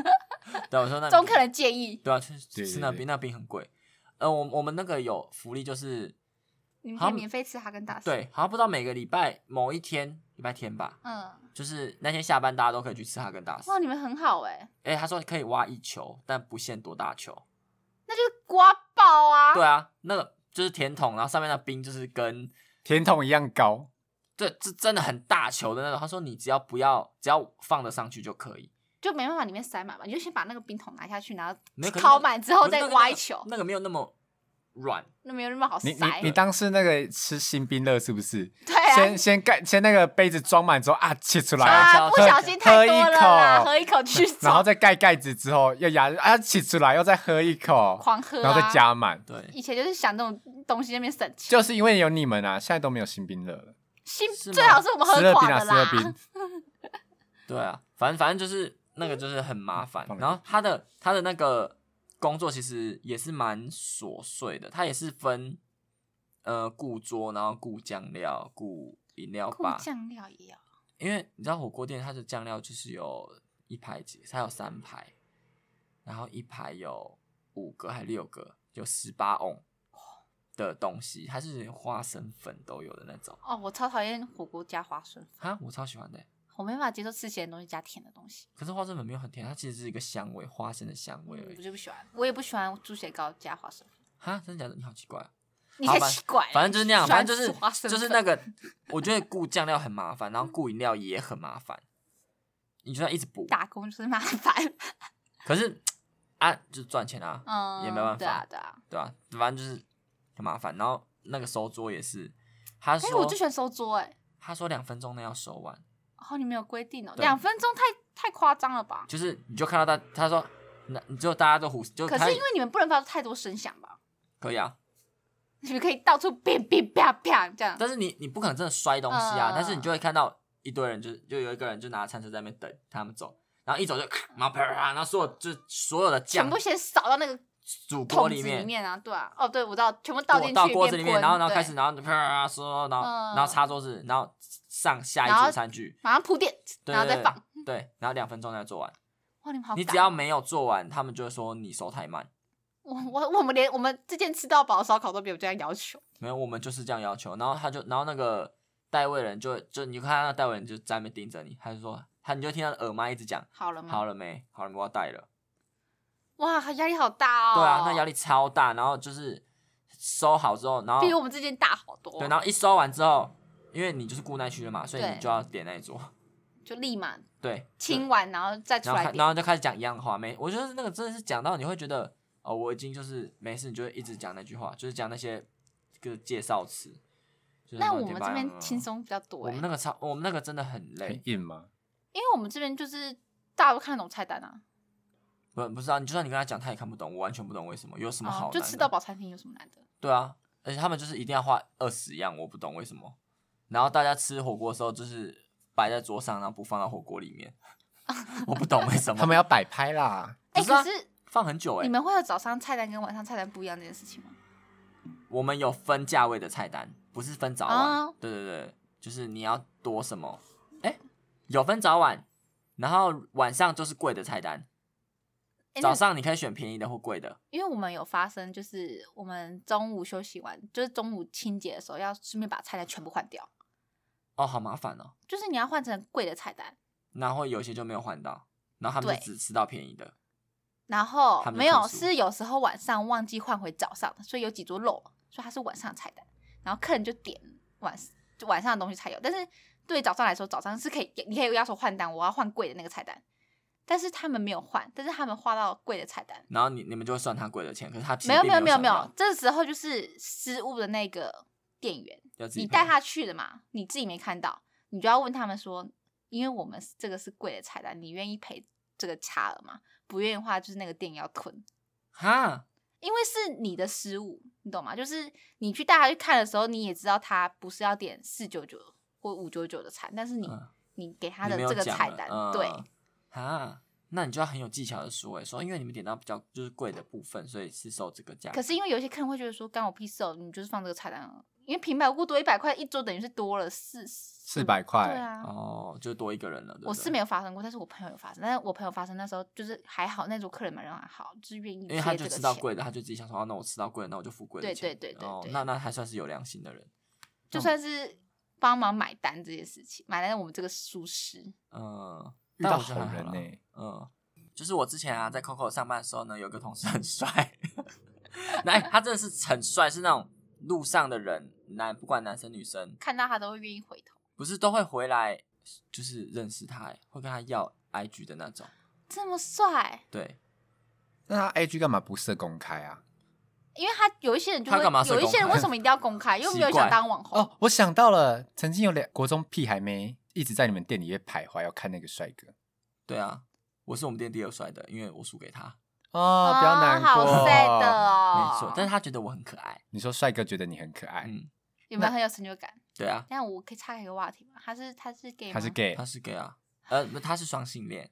[SPEAKER 1] [laughs]
[SPEAKER 3] 对，啊我说那你
[SPEAKER 1] 中客人建议
[SPEAKER 3] 对啊，去
[SPEAKER 2] 对
[SPEAKER 3] 吃
[SPEAKER 2] 对
[SPEAKER 3] 那
[SPEAKER 2] 对
[SPEAKER 3] 冰，那冰很贵。呃，我我们那个有福利，就是
[SPEAKER 1] 你们
[SPEAKER 3] 好
[SPEAKER 1] 可以
[SPEAKER 3] 像
[SPEAKER 1] 免费吃哈根达斯。，
[SPEAKER 3] 对，好像不知道每个礼拜某一天，礼拜天吧，
[SPEAKER 1] 嗯，
[SPEAKER 3] 就是那天下班大家都可以去吃哈根达斯
[SPEAKER 1] 哇，。你们很好哎，
[SPEAKER 3] 哎、他说可以挖一球，但不限多大球。
[SPEAKER 1] 那就是刮爆啊！
[SPEAKER 3] 对啊，那个就是甜筒，然后上面的冰就是跟
[SPEAKER 2] 甜筒一样高，
[SPEAKER 3] 这这真的很大球的那种。他说你只要不要，只要放得上去就可以。
[SPEAKER 1] 就没办法里面塞满嘛，你就先把那个冰桶拿下去，然后
[SPEAKER 3] 没有可是
[SPEAKER 1] 敲
[SPEAKER 3] 那
[SPEAKER 1] 满之后
[SPEAKER 3] 可是
[SPEAKER 1] 再
[SPEAKER 3] 那个
[SPEAKER 1] 挖
[SPEAKER 3] 那
[SPEAKER 1] 一
[SPEAKER 3] 个
[SPEAKER 1] 球，
[SPEAKER 3] 那个没有那么软。
[SPEAKER 1] 那没有那么好
[SPEAKER 2] 你
[SPEAKER 1] 塞。
[SPEAKER 2] 你你当是那个吃新冰乐是不是？
[SPEAKER 1] 对啊，
[SPEAKER 2] 先先盖先那个杯子装满之后啊，切出来，
[SPEAKER 1] 啊，不
[SPEAKER 2] 喝
[SPEAKER 1] 小心太多了啦，
[SPEAKER 2] 喝
[SPEAKER 1] 喝一口
[SPEAKER 3] [laughs]
[SPEAKER 1] 去走，
[SPEAKER 2] 然后再盖盖子之后又压啊，切出来又再喝一口，
[SPEAKER 1] 狂喝、啊，
[SPEAKER 2] 然后再。加满。
[SPEAKER 3] 对，
[SPEAKER 1] 以前就是想这种东西在那边省钱，
[SPEAKER 2] 就是因为有你们啊，现在都没有新冰乐了，
[SPEAKER 1] 新
[SPEAKER 3] 是吗
[SPEAKER 1] 最好是我们
[SPEAKER 2] 十
[SPEAKER 1] 喝
[SPEAKER 2] 二
[SPEAKER 1] 垮
[SPEAKER 2] 冰啊，
[SPEAKER 1] 的
[SPEAKER 2] 十二
[SPEAKER 1] 啦。 [laughs]
[SPEAKER 2] 冰，
[SPEAKER 3] 对啊，反正反正就是那个就是很麻烦
[SPEAKER 2] 放。了
[SPEAKER 3] 然后他的他的那个工作其实也是蛮琐碎的，他也是分呃顾桌，然后顾酱料，顾饮料
[SPEAKER 1] 酷
[SPEAKER 3] 吧。
[SPEAKER 1] 酱料也有，
[SPEAKER 3] 因为你知道火锅店它的酱料就是有一排几，它有三排，然后一排有五个还六个，有十八瓮的东西，它是连花生粉都有的那种
[SPEAKER 1] 哦，我超讨厌火锅加花生粉，
[SPEAKER 3] 啊，我超喜欢的欸。
[SPEAKER 1] 我没办法接受吃咸的东西加甜的东西，
[SPEAKER 3] 可是花生粉没有很甜，它其实是一个香味，花生的香味
[SPEAKER 1] 嗯
[SPEAKER 3] 而
[SPEAKER 1] 我
[SPEAKER 3] 已。
[SPEAKER 1] 就不喜欢，我也不喜欢猪血糕加花生粉，
[SPEAKER 3] 哈，真的假的？你好奇怪啊、
[SPEAKER 1] 你
[SPEAKER 3] 好
[SPEAKER 1] 才
[SPEAKER 3] 吧
[SPEAKER 1] 奇怪嘞。
[SPEAKER 3] 反正就是那样，
[SPEAKER 1] 喜欢
[SPEAKER 3] 反正就
[SPEAKER 1] 吃花生
[SPEAKER 3] 是就是
[SPEAKER 1] 粉
[SPEAKER 3] 那个，我觉得顾酱料很麻烦，然后顾饮料也很麻烦，你就要一直补。
[SPEAKER 1] 打工就是麻烦，
[SPEAKER 3] 可是啊，就是赚钱啊，
[SPEAKER 1] 嗯，
[SPEAKER 3] 也没办
[SPEAKER 1] 对啊
[SPEAKER 3] 法，
[SPEAKER 1] 对啊。
[SPEAKER 3] 对吧、反正就是很麻烦。然后那个收桌也是，他
[SPEAKER 1] 但是哎我
[SPEAKER 3] 说
[SPEAKER 1] 最喜欢收桌哎、欸，
[SPEAKER 3] 他说两分钟内要收完，
[SPEAKER 1] 哦，你们有规定哦，
[SPEAKER 3] 对
[SPEAKER 1] 两分钟太太夸张了吧？
[SPEAKER 3] 就是你就看到他他说那你就大家都胡，就
[SPEAKER 1] 可
[SPEAKER 3] 他
[SPEAKER 1] 是因为你们不能发出太多声响吧？
[SPEAKER 3] 可以啊，
[SPEAKER 1] 你们可以到处哔哔啪啪这样。
[SPEAKER 3] 但是你你不可能真的摔东西啊，
[SPEAKER 1] 嗯
[SPEAKER 3] 但是你就会看到一堆人就就有一个人就拿餐车在那边等他们走。然后一走就咔，然后啪啪啪，然后所有就所有的
[SPEAKER 1] 全
[SPEAKER 3] 酱
[SPEAKER 1] 部先扫到那个
[SPEAKER 3] 煮锅
[SPEAKER 1] 桶
[SPEAKER 3] 里
[SPEAKER 1] 子里
[SPEAKER 3] 面，
[SPEAKER 1] 面啊，对啊，哦，对，我知道，全部倒进去
[SPEAKER 3] 倒锅子里面，
[SPEAKER 1] 变
[SPEAKER 3] 然后然后
[SPEAKER 1] 滚
[SPEAKER 3] 开始，
[SPEAKER 1] 对
[SPEAKER 3] 然后就啪啪啪说，然后、
[SPEAKER 1] 嗯
[SPEAKER 3] 然后擦桌子，然后上下
[SPEAKER 1] 然
[SPEAKER 3] 一
[SPEAKER 1] 后
[SPEAKER 3] 组餐具，
[SPEAKER 1] 马上铺垫，
[SPEAKER 3] 对
[SPEAKER 1] 然后再
[SPEAKER 3] 对
[SPEAKER 1] 放。
[SPEAKER 3] 对，然后两分钟再做完。
[SPEAKER 1] 哇，你们好赶！
[SPEAKER 3] 你只要没有做完，他们就会说你手太慢。
[SPEAKER 1] 我我我们连我们这件吃到饱的烧烤都没有这样要求，
[SPEAKER 3] 没有，我们就是这样要求。然后他就，然后那个代位人就就你看他那代位人就在那边盯着你，他就说他你就听他的耳麦一直讲
[SPEAKER 1] 好了吗？
[SPEAKER 3] 好
[SPEAKER 1] 了，
[SPEAKER 3] 了没，好了没，我要带了。
[SPEAKER 1] 哇，压力好大哦。
[SPEAKER 3] 对啊，那压
[SPEAKER 1] 力
[SPEAKER 3] 力超大。然后就是收好之后，然后
[SPEAKER 1] 比我们之间大好多。
[SPEAKER 3] 对，然后一收完之后，因为你就是顾那区的嘛，所以
[SPEAKER 1] 对
[SPEAKER 3] 你就要点那一桌。
[SPEAKER 1] 就立马
[SPEAKER 3] 对，
[SPEAKER 1] 清完，然后再出
[SPEAKER 3] 然后
[SPEAKER 1] 来
[SPEAKER 3] 开
[SPEAKER 1] 点
[SPEAKER 3] 然。后就开始讲一样的话，没，我觉得那个真的是讲到你会觉得，哦，我已经就是没事，你就会一直讲那句话，就是讲那些个介绍词。就是
[SPEAKER 1] 那
[SPEAKER 3] 种
[SPEAKER 1] 我
[SPEAKER 3] 点
[SPEAKER 1] 们
[SPEAKER 3] 吧
[SPEAKER 1] 这
[SPEAKER 3] 嗯
[SPEAKER 1] 边
[SPEAKER 3] 嗯
[SPEAKER 1] 轻松比较多
[SPEAKER 3] 我
[SPEAKER 1] 哎，
[SPEAKER 3] 们那个超，我们那个真的很
[SPEAKER 2] 很
[SPEAKER 3] 累，
[SPEAKER 2] 硬吗？
[SPEAKER 1] 因为我们这边就是大家都看得懂菜单啊，
[SPEAKER 3] 不不知道，你就算你跟他讲，他也看不懂，我完全不懂为什么，有什么好
[SPEAKER 1] 哦
[SPEAKER 3] 难的、啊
[SPEAKER 1] 就吃到饱餐厅有什么难的？
[SPEAKER 3] 对啊，而且他们就是一定要画二十样，我不懂为什么。然后大家吃火锅的时候，就是摆在桌上，然后不放到火锅里
[SPEAKER 1] [laughs]
[SPEAKER 3] 面，我不懂为什么。
[SPEAKER 2] 他们要摆拍啦，
[SPEAKER 1] 哎，
[SPEAKER 3] 不是啊
[SPEAKER 1] 可是
[SPEAKER 3] 放很久哎、
[SPEAKER 1] 你们会有早上菜单跟晚上菜单不一样这件事情吗？
[SPEAKER 3] 我们有分价位的菜单，不是分早晚。
[SPEAKER 1] 哦
[SPEAKER 3] 对对对，就是你要多什么？哎、有分早晚，然后晚上就是贵的菜单，
[SPEAKER 1] 哎那
[SPEAKER 3] 早上你可以选便宜的或贵的。
[SPEAKER 1] 因为我们有发生，就是我们中午休息完，就是中午清洁的时候，要顺便把菜单全部换掉，
[SPEAKER 3] 哦，好麻烦哦。
[SPEAKER 1] 就是你要换成贵的菜单，
[SPEAKER 3] 然后有些就没有换到，然后他们就
[SPEAKER 1] 对
[SPEAKER 3] 只吃到便宜的。
[SPEAKER 1] 然后
[SPEAKER 3] 他们就
[SPEAKER 1] 没有
[SPEAKER 3] 客诉
[SPEAKER 1] 是有时候晚上忘记换回早上的，所以有几桌漏了，所以它是晚上的菜单，然后客人就点晚就晚上的东西才有，但是对早上来说，早上是可以你可以要求换单，我要换贵的那个菜单，但是他们没有换，但是他们换到贵的菜单，
[SPEAKER 3] 然后你你们就会算他贵的钱，可是他其实
[SPEAKER 1] 没有
[SPEAKER 3] 并
[SPEAKER 1] 没有没有
[SPEAKER 3] 算
[SPEAKER 1] 没有
[SPEAKER 3] 到，
[SPEAKER 1] 这时候就是失误的那个店员。
[SPEAKER 3] 要自己
[SPEAKER 1] 你带
[SPEAKER 3] 配
[SPEAKER 1] 他去的嘛，你自己没看到，你就要问他们说，因为我们是这个是贵的菜单，你愿意赔这个差额吗？不愿意的话，就是那个店要吞，
[SPEAKER 3] 哈，
[SPEAKER 1] 因为是你的失误，你懂吗？就是你去带他去看的时候，你也知道他不是要点四九九或五九九的餐，但是你、
[SPEAKER 3] 嗯
[SPEAKER 1] 你给他
[SPEAKER 3] 你
[SPEAKER 1] 的
[SPEAKER 3] 没有
[SPEAKER 1] 这个
[SPEAKER 3] 讲
[SPEAKER 1] 菜
[SPEAKER 3] 了
[SPEAKER 1] 单，
[SPEAKER 3] 嗯
[SPEAKER 1] 对，
[SPEAKER 3] 哈，那你就要很有技巧的说、欸，说因为你们点到比较就是贵的部分，所以是收这个价。
[SPEAKER 1] 可是因为有一些客人会觉得说，干我屁事哦，你就是放这个菜单而已，因为平白无故多一百块，一周等于是多了四四
[SPEAKER 2] 四百块
[SPEAKER 1] 对啊，
[SPEAKER 3] 哦，就多一个人了。对不
[SPEAKER 1] 我
[SPEAKER 3] 对
[SPEAKER 1] 是没有发生过，但是我朋友有发生。但是我朋友发生那时候就是还好，那桌客人蛮人还好，就是愿意
[SPEAKER 3] 因为他
[SPEAKER 1] 贴
[SPEAKER 3] 就
[SPEAKER 1] 这个
[SPEAKER 3] 吃到
[SPEAKER 1] 钱，
[SPEAKER 3] 贵的，他就自己想说，啊那我吃到贵的，那我就付贵的
[SPEAKER 1] 对
[SPEAKER 3] 钱。
[SPEAKER 1] 对对对
[SPEAKER 3] 哦
[SPEAKER 1] 对，
[SPEAKER 3] 那那还算是有良心的人。嗯
[SPEAKER 1] 就算是帮忙买单这件事情，买单我们这个舒适。
[SPEAKER 3] 嗯，
[SPEAKER 2] 遇
[SPEAKER 3] 但
[SPEAKER 2] 到
[SPEAKER 3] 我觉
[SPEAKER 2] 好
[SPEAKER 3] 得还
[SPEAKER 2] 人欸
[SPEAKER 3] 好
[SPEAKER 2] 呢、
[SPEAKER 3] 啦嗯，就是我之前啊，在 Coco 上班的时候呢，有一个同事很 [laughs] 帅，那、哎他真的是很帅，是那种路上的人，男不管男生女生，
[SPEAKER 1] 看到他都会愿意回头，
[SPEAKER 3] 不是都会回来，就是认识他、哎会跟他要 IG 的那种。
[SPEAKER 1] 这么帅，
[SPEAKER 3] 对，
[SPEAKER 2] 那他 IG 干嘛不设公开啊？
[SPEAKER 1] 因为他有一些人就
[SPEAKER 3] 他
[SPEAKER 1] 会
[SPEAKER 3] 干嘛是
[SPEAKER 1] 有一些人
[SPEAKER 3] 公开
[SPEAKER 1] 为什么一定要公
[SPEAKER 3] [laughs]
[SPEAKER 1] 开？又没有
[SPEAKER 3] 奇怪
[SPEAKER 1] 想当网红，
[SPEAKER 2] 哦，我想到了，曾经有两国中屁孩妹一直在你们店里面徘徊，要看那个帅哥。
[SPEAKER 3] 对啊，我是我们店第二帅的，因为我输给他，
[SPEAKER 2] 哦，不要难过。
[SPEAKER 1] 啊好 sad 哦，
[SPEAKER 3] 没错，但是他觉得我很可爱。
[SPEAKER 2] 你说帅哥觉得你很可爱，
[SPEAKER 3] 嗯，
[SPEAKER 1] 有没有很有成就感？
[SPEAKER 3] 对啊，
[SPEAKER 1] 但我可以岔开一个话题吗？他是他是 gay 吗？
[SPEAKER 2] 他是 gay，
[SPEAKER 3] 他是 gay 啊，呃，不他是双性恋，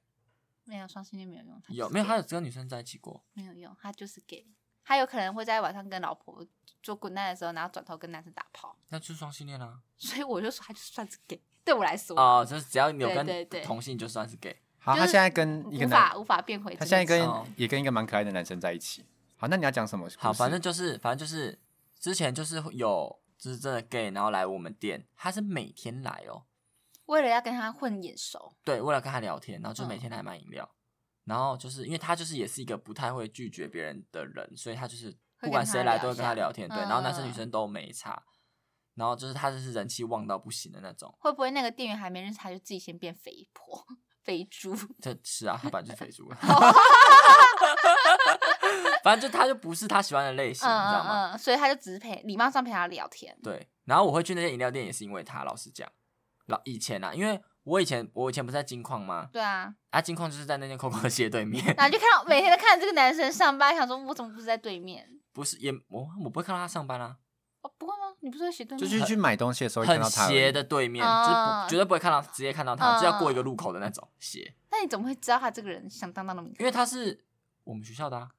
[SPEAKER 1] 没有双性恋没有用，他
[SPEAKER 3] 有
[SPEAKER 1] 就是
[SPEAKER 3] 没有？
[SPEAKER 1] gay
[SPEAKER 3] 他有跟女生在一起过，
[SPEAKER 1] 没有用，他就是 gay。他有可能会在晚上跟老婆做 good night 的时候，然后转头跟男生打炮，
[SPEAKER 3] 那就是双性恋啊。
[SPEAKER 1] 所以我就说他就算是 gay。对我来说，
[SPEAKER 3] 哦，就是只要你有
[SPEAKER 1] 对
[SPEAKER 3] 跟
[SPEAKER 1] 对对
[SPEAKER 3] 同性，就算是 gay。
[SPEAKER 2] 好，
[SPEAKER 1] 就是
[SPEAKER 2] 他现在跟一个
[SPEAKER 1] 无
[SPEAKER 2] 男
[SPEAKER 1] 法，无法变回
[SPEAKER 2] 他
[SPEAKER 1] 真的
[SPEAKER 2] 现在跟
[SPEAKER 3] 哦
[SPEAKER 2] 也跟一个蛮可爱的男生在一起。好，那你要讲什么故事？
[SPEAKER 3] 好，反正就是反正就是之前就是有就是真的 gay，然后来我们店，他是每天来哦，
[SPEAKER 1] 为了要跟他混眼熟，
[SPEAKER 3] 对，为了跟他聊天，然后就
[SPEAKER 1] 嗯
[SPEAKER 3] 每天来买饮料，然后就是因为他就是也是一个不太会拒绝别人的人，所以他就是
[SPEAKER 1] 会
[SPEAKER 3] 不管
[SPEAKER 1] 跟
[SPEAKER 3] 谁
[SPEAKER 1] 他
[SPEAKER 3] 来
[SPEAKER 1] 聊
[SPEAKER 3] 都会
[SPEAKER 1] 一
[SPEAKER 3] 跟他
[SPEAKER 1] 下
[SPEAKER 3] 聊天，对，然后男生
[SPEAKER 1] 嗯
[SPEAKER 3] 女生都没差，然后就是他就是人气旺到不行的那种，
[SPEAKER 1] 会不会那个店员还没认识他就自己先变肥婆、 [laughs] 肥
[SPEAKER 3] [laughs]
[SPEAKER 1] 猪？
[SPEAKER 3] 这是啊，他本来就
[SPEAKER 1] [laughs]
[SPEAKER 3] 是肥猪啊，反正就他就不是他喜欢的类型，
[SPEAKER 1] 嗯
[SPEAKER 3] 你知道
[SPEAKER 1] 嗯
[SPEAKER 3] 吗？
[SPEAKER 1] 嗯，所以他就只是陪礼貌上陪他聊天。
[SPEAKER 3] 对，然后我会去那些饮料店也是因为他，老实讲，老以前啊，因为我以前我以前不是在金矿吗？
[SPEAKER 1] 对啊，
[SPEAKER 3] 啊，金矿就是在那间 COCO 的斜对面，
[SPEAKER 1] 然后就看到每天都看着这个男生上班，想说我怎么不是在对面？
[SPEAKER 3] 不是也我我不会看到他上班啊，
[SPEAKER 1] 哦，不会吗？你不是会写对
[SPEAKER 2] 就
[SPEAKER 1] 面？
[SPEAKER 2] 是去买东西的时候会看
[SPEAKER 3] 很
[SPEAKER 2] 到他而已，
[SPEAKER 3] 斜的对面，就是
[SPEAKER 1] 啊
[SPEAKER 3] 不绝对不会看到直接看到他，就要过一个
[SPEAKER 1] 啊
[SPEAKER 3] 路口的那种斜，
[SPEAKER 1] 那你怎么会知道他这个人响当当的名字？
[SPEAKER 3] 因为他是我们学校的啊。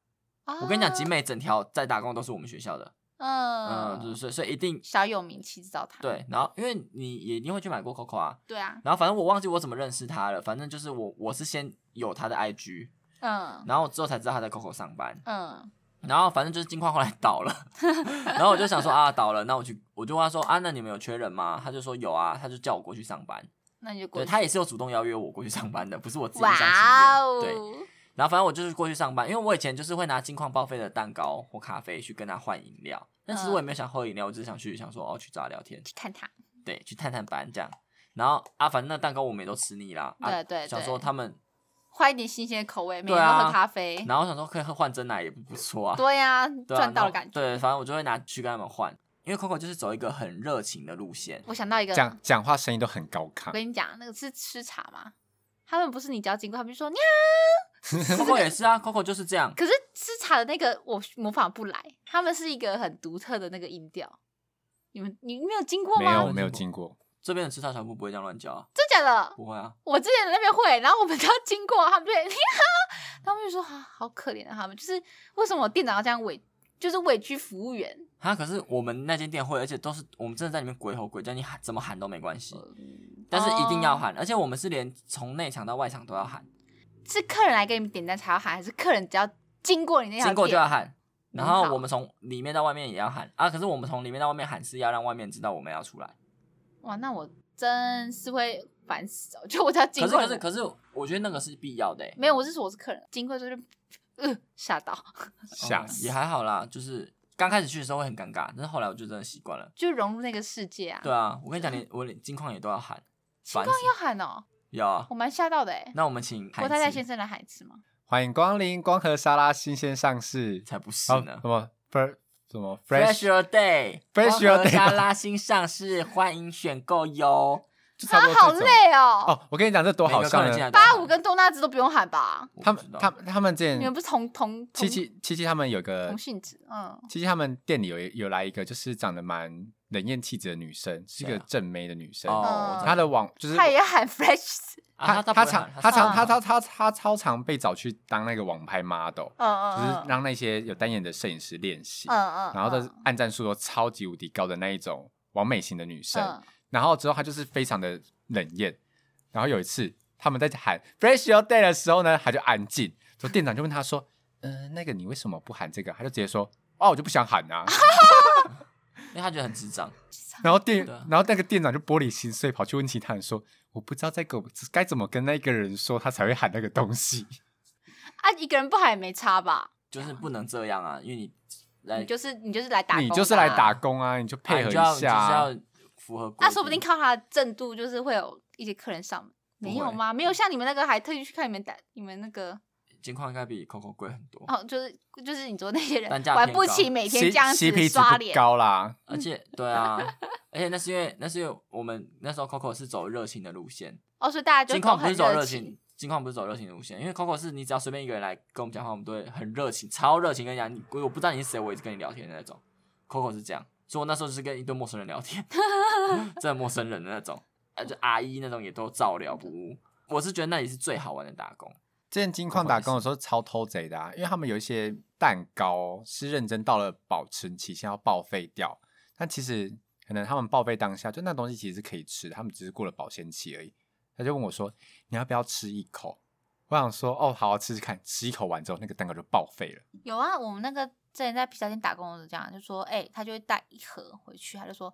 [SPEAKER 1] 啊
[SPEAKER 3] 我跟你讲，集美整条在打工都是我们学校的，
[SPEAKER 1] 嗯
[SPEAKER 3] 嗯，就是所以所以一定
[SPEAKER 1] 小有名气，知道他。
[SPEAKER 3] 对，然后因为你也一定会去买过 COCO 啊，
[SPEAKER 1] 对啊，
[SPEAKER 3] 然后反正我忘记我怎么认识他了，反正就是我我是先有他的 IG，
[SPEAKER 1] 嗯
[SPEAKER 3] 然后之后才知道他在 COCO 上班，
[SPEAKER 1] 嗯，
[SPEAKER 3] 然后反正就是金矿后来倒了， [laughs] 然后我就想说啊倒了，那我去我就问他说啊那你们有缺人吗？他就说有啊，他就叫我过去上班。
[SPEAKER 1] 那你就过
[SPEAKER 3] 对
[SPEAKER 1] 去
[SPEAKER 3] 他也是有主动邀约我过去上班的，不是我自己想情
[SPEAKER 1] 哇
[SPEAKER 3] 愿。
[SPEAKER 1] 哦，
[SPEAKER 3] 对，然后反正我就是过去上班，因为我以前就是会拿金矿报废的蛋糕或咖啡去跟他换饮料，但
[SPEAKER 1] 嗯
[SPEAKER 3] 其实我也没有想喝饮料，我只是想去想说哦去找他聊天，
[SPEAKER 1] 去看他，
[SPEAKER 3] 对，去探探班这样。然后啊反正那蛋糕我们也都吃腻啦，啊、
[SPEAKER 1] 对对
[SPEAKER 3] 想说
[SPEAKER 1] 对
[SPEAKER 3] 他们，
[SPEAKER 1] 换一点新鲜的口味，每
[SPEAKER 3] 对
[SPEAKER 1] 天
[SPEAKER 3] 啊
[SPEAKER 1] 都喝咖啡。
[SPEAKER 3] 然后想说可以喝换真奶也不不错啊，
[SPEAKER 1] 对呀、
[SPEAKER 3] 对啊
[SPEAKER 1] 赚到了
[SPEAKER 3] 然后
[SPEAKER 1] 感觉。
[SPEAKER 3] 对，反正我就会拿去跟他们换，因为 Coco 就是走一个很热情的路
[SPEAKER 1] [laughs]
[SPEAKER 3] 线。
[SPEAKER 1] 我想到一个，
[SPEAKER 2] 讲讲话声音都很高
[SPEAKER 1] 我
[SPEAKER 2] 亢，
[SPEAKER 1] 跟你讲，那个是吃茶嘛，他们不是你只要经过，他们就说你
[SPEAKER 3] Coco 也是啊，Coco 就是这样。
[SPEAKER 1] 可是吃茶的那个我模仿不来，他们是一个很独特的那个音调。你们你没有经过
[SPEAKER 2] 没有
[SPEAKER 1] 吗？
[SPEAKER 2] 没有经过，
[SPEAKER 3] 这边的吃茶小铺不会这样乱叫啊，
[SPEAKER 1] 真假的？
[SPEAKER 3] 不会啊。
[SPEAKER 1] 我之前在那边会，然后我们只要经过，他们就会 [laughs] 他们就说啊，好可怜啊，他们就是为什么我店长要这样委，啊就是委屈服务员，
[SPEAKER 3] 啊，可是我们那间店会，而且都是我们真的在里面鬼吼鬼叫，你喊怎么喊都没关系，
[SPEAKER 1] 嗯
[SPEAKER 3] 但是一定
[SPEAKER 1] 哦
[SPEAKER 3] 要喊，而且我们是连从内场到外场都要喊，
[SPEAKER 1] 是客人来给你们点单才要喊，还是客人只要经过你那条
[SPEAKER 3] 经过就
[SPEAKER 1] 店
[SPEAKER 3] 要喊，然
[SPEAKER 1] 很
[SPEAKER 3] 后
[SPEAKER 1] 好
[SPEAKER 3] 我们从里面到外面也要喊啊。可是我们从里面到外面喊是要让外面知道我们要出来，
[SPEAKER 1] 哇，那我真是会烦死哦！就我只要经
[SPEAKER 3] 可是
[SPEAKER 1] 过
[SPEAKER 3] 可
[SPEAKER 1] 你
[SPEAKER 3] 是
[SPEAKER 1] 们，
[SPEAKER 3] 可是，我觉得那个是必要的、欸，
[SPEAKER 1] 没有，我是说我是客人，经过之后就呃吓到，
[SPEAKER 2] 吓
[SPEAKER 3] 哦
[SPEAKER 2] 死
[SPEAKER 3] 也。还好啦，就是刚开始去的时候会很尴尬，但是后来我就真的习惯了。
[SPEAKER 1] 就融入那个世界啊。
[SPEAKER 3] 对啊，我跟你讲，连我连金矿也都要喊，
[SPEAKER 1] 星光
[SPEAKER 3] 烦死
[SPEAKER 1] 要喊哦，
[SPEAKER 3] 有啊
[SPEAKER 1] 我。蛮吓到的哎。
[SPEAKER 3] 那我们请
[SPEAKER 1] 郭太太
[SPEAKER 3] 海子
[SPEAKER 1] 先生来喊一次吗？
[SPEAKER 2] 欢迎光临光和沙拉新鲜上市，
[SPEAKER 3] 才不是
[SPEAKER 2] 好
[SPEAKER 3] 呢
[SPEAKER 2] 什。么 fresh 什么
[SPEAKER 3] Fresh
[SPEAKER 2] fresh
[SPEAKER 3] [laughs] Your Day，
[SPEAKER 2] Fresh Your Day
[SPEAKER 3] 光合沙拉新上市，欢迎选购哟。
[SPEAKER 2] 就差
[SPEAKER 1] 他
[SPEAKER 2] 不多这
[SPEAKER 1] 好
[SPEAKER 2] 种
[SPEAKER 1] 累哦。
[SPEAKER 2] 哦！我啊跟你讲，这多
[SPEAKER 3] 每
[SPEAKER 2] 好
[SPEAKER 3] 个
[SPEAKER 2] 笑
[SPEAKER 3] 客人进
[SPEAKER 2] 呢！
[SPEAKER 3] 来
[SPEAKER 1] 八五跟多纳兹都不用喊吧？
[SPEAKER 2] 他们他
[SPEAKER 3] 们
[SPEAKER 2] 们他们之
[SPEAKER 1] 你们
[SPEAKER 2] 前
[SPEAKER 1] 不是同同同
[SPEAKER 2] 嗯七七七七他们有个
[SPEAKER 1] 同性质？嗯，
[SPEAKER 2] 七七他们店里有有来一个，就是长得蛮冷艳气质的女生，是一
[SPEAKER 3] 谁
[SPEAKER 2] 个
[SPEAKER 3] 啊
[SPEAKER 2] 正妹的女生。
[SPEAKER 3] 哦，
[SPEAKER 1] 嗯
[SPEAKER 2] 她的网就是
[SPEAKER 1] 他也喊 [laughs] Fresh，
[SPEAKER 2] 啊她
[SPEAKER 3] 啊他
[SPEAKER 2] 她
[SPEAKER 3] 啊
[SPEAKER 2] 常她啊常她
[SPEAKER 3] 他
[SPEAKER 2] 她她她超常被找去当那个网拍 model，
[SPEAKER 1] 嗯
[SPEAKER 2] 就是
[SPEAKER 1] 嗯嗯
[SPEAKER 2] 让那些有单眼的摄影师练习。
[SPEAKER 1] 嗯嗯，
[SPEAKER 2] 然后
[SPEAKER 1] 嗯
[SPEAKER 2] 的按赞数都超级无敌高的那一种完美型的女生，
[SPEAKER 1] 嗯
[SPEAKER 2] 然后之后她就是非常的冷艳。然后有一次他们在喊 “Fresh Your Day” 的时候呢，她就安静。所以店长就问她说：“嗯、那个你为什么不喊这个？”她就直接说：“哦，我就不想喊
[SPEAKER 3] [laughs]
[SPEAKER 2] 啊。
[SPEAKER 3] 因为他觉得很智障，”
[SPEAKER 2] 然后店
[SPEAKER 3] 对啊，
[SPEAKER 2] 然后那个店长就玻璃心碎，跑去问其他人说：“我不知道在跟我该怎么跟那个人说，他才会喊那个东西。
[SPEAKER 1] 啊，一个人不喊也没差吧？
[SPEAKER 3] 就是不能这样啊，因为你来
[SPEAKER 1] 你就是你就是来打工的啊，
[SPEAKER 2] 哎你就是来打工啊，你就配合一
[SPEAKER 3] 啊你就
[SPEAKER 2] 下、
[SPEAKER 3] 要
[SPEAKER 2] 啊。
[SPEAKER 3] 你就是要符合规定。
[SPEAKER 1] 那说不定靠他的正度，就是会有一些客人上门，没有吗？没有像你们那个还特意去看你们打你们那个
[SPEAKER 3] 金矿应该比 Coco 贵很多，
[SPEAKER 1] 哦，就是就是你说那些
[SPEAKER 3] 单
[SPEAKER 1] 人
[SPEAKER 3] 价
[SPEAKER 1] 玩
[SPEAKER 3] 偏
[SPEAKER 1] 不
[SPEAKER 3] 高
[SPEAKER 1] 起，每天
[SPEAKER 2] C-
[SPEAKER 1] 这样
[SPEAKER 2] CP
[SPEAKER 1] 子
[SPEAKER 2] 值不
[SPEAKER 1] 刷脸，
[SPEAKER 2] 高啦，
[SPEAKER 1] 嗯
[SPEAKER 3] 而且对啊，而且那是因为那是因为我们那时候 Coco 是走热情的路线，
[SPEAKER 1] 哦，所以大家就
[SPEAKER 3] 金
[SPEAKER 1] 都
[SPEAKER 3] 矿不
[SPEAKER 1] 很
[SPEAKER 3] 是走热
[SPEAKER 1] 情
[SPEAKER 3] 情。，金矿不是走热情的路线，因为 Coco 是你只要随便一个人来跟我们讲话，我们都会很热情，超热情跟你讲，你我不知道你是谁，我也是跟你聊天的那种。Coco 是这样，所以我那时候就是跟一堆陌生人聊
[SPEAKER 1] [laughs]
[SPEAKER 3] 天，真的陌生人的那种，呃，就阿姨那种也都照料不误。我是觉得那里是最好玩的打工，
[SPEAKER 2] 之前金矿打工的时候超偷贼的、啊，因为他们有一些蛋糕是认真到了保存期限要报废掉，但其实可能他们报废当下就那东西其实是可以吃的，他们只是过了保鲜期而已。他就问我说：“你要不要吃一口？”我想说：“哦，好好吃吃看。”吃一口完之后，那个蛋糕就报废了。
[SPEAKER 1] 有啊，我们那个之前在披萨店打工的时候，这样就说，哎、他就会带一盒回去，他就说。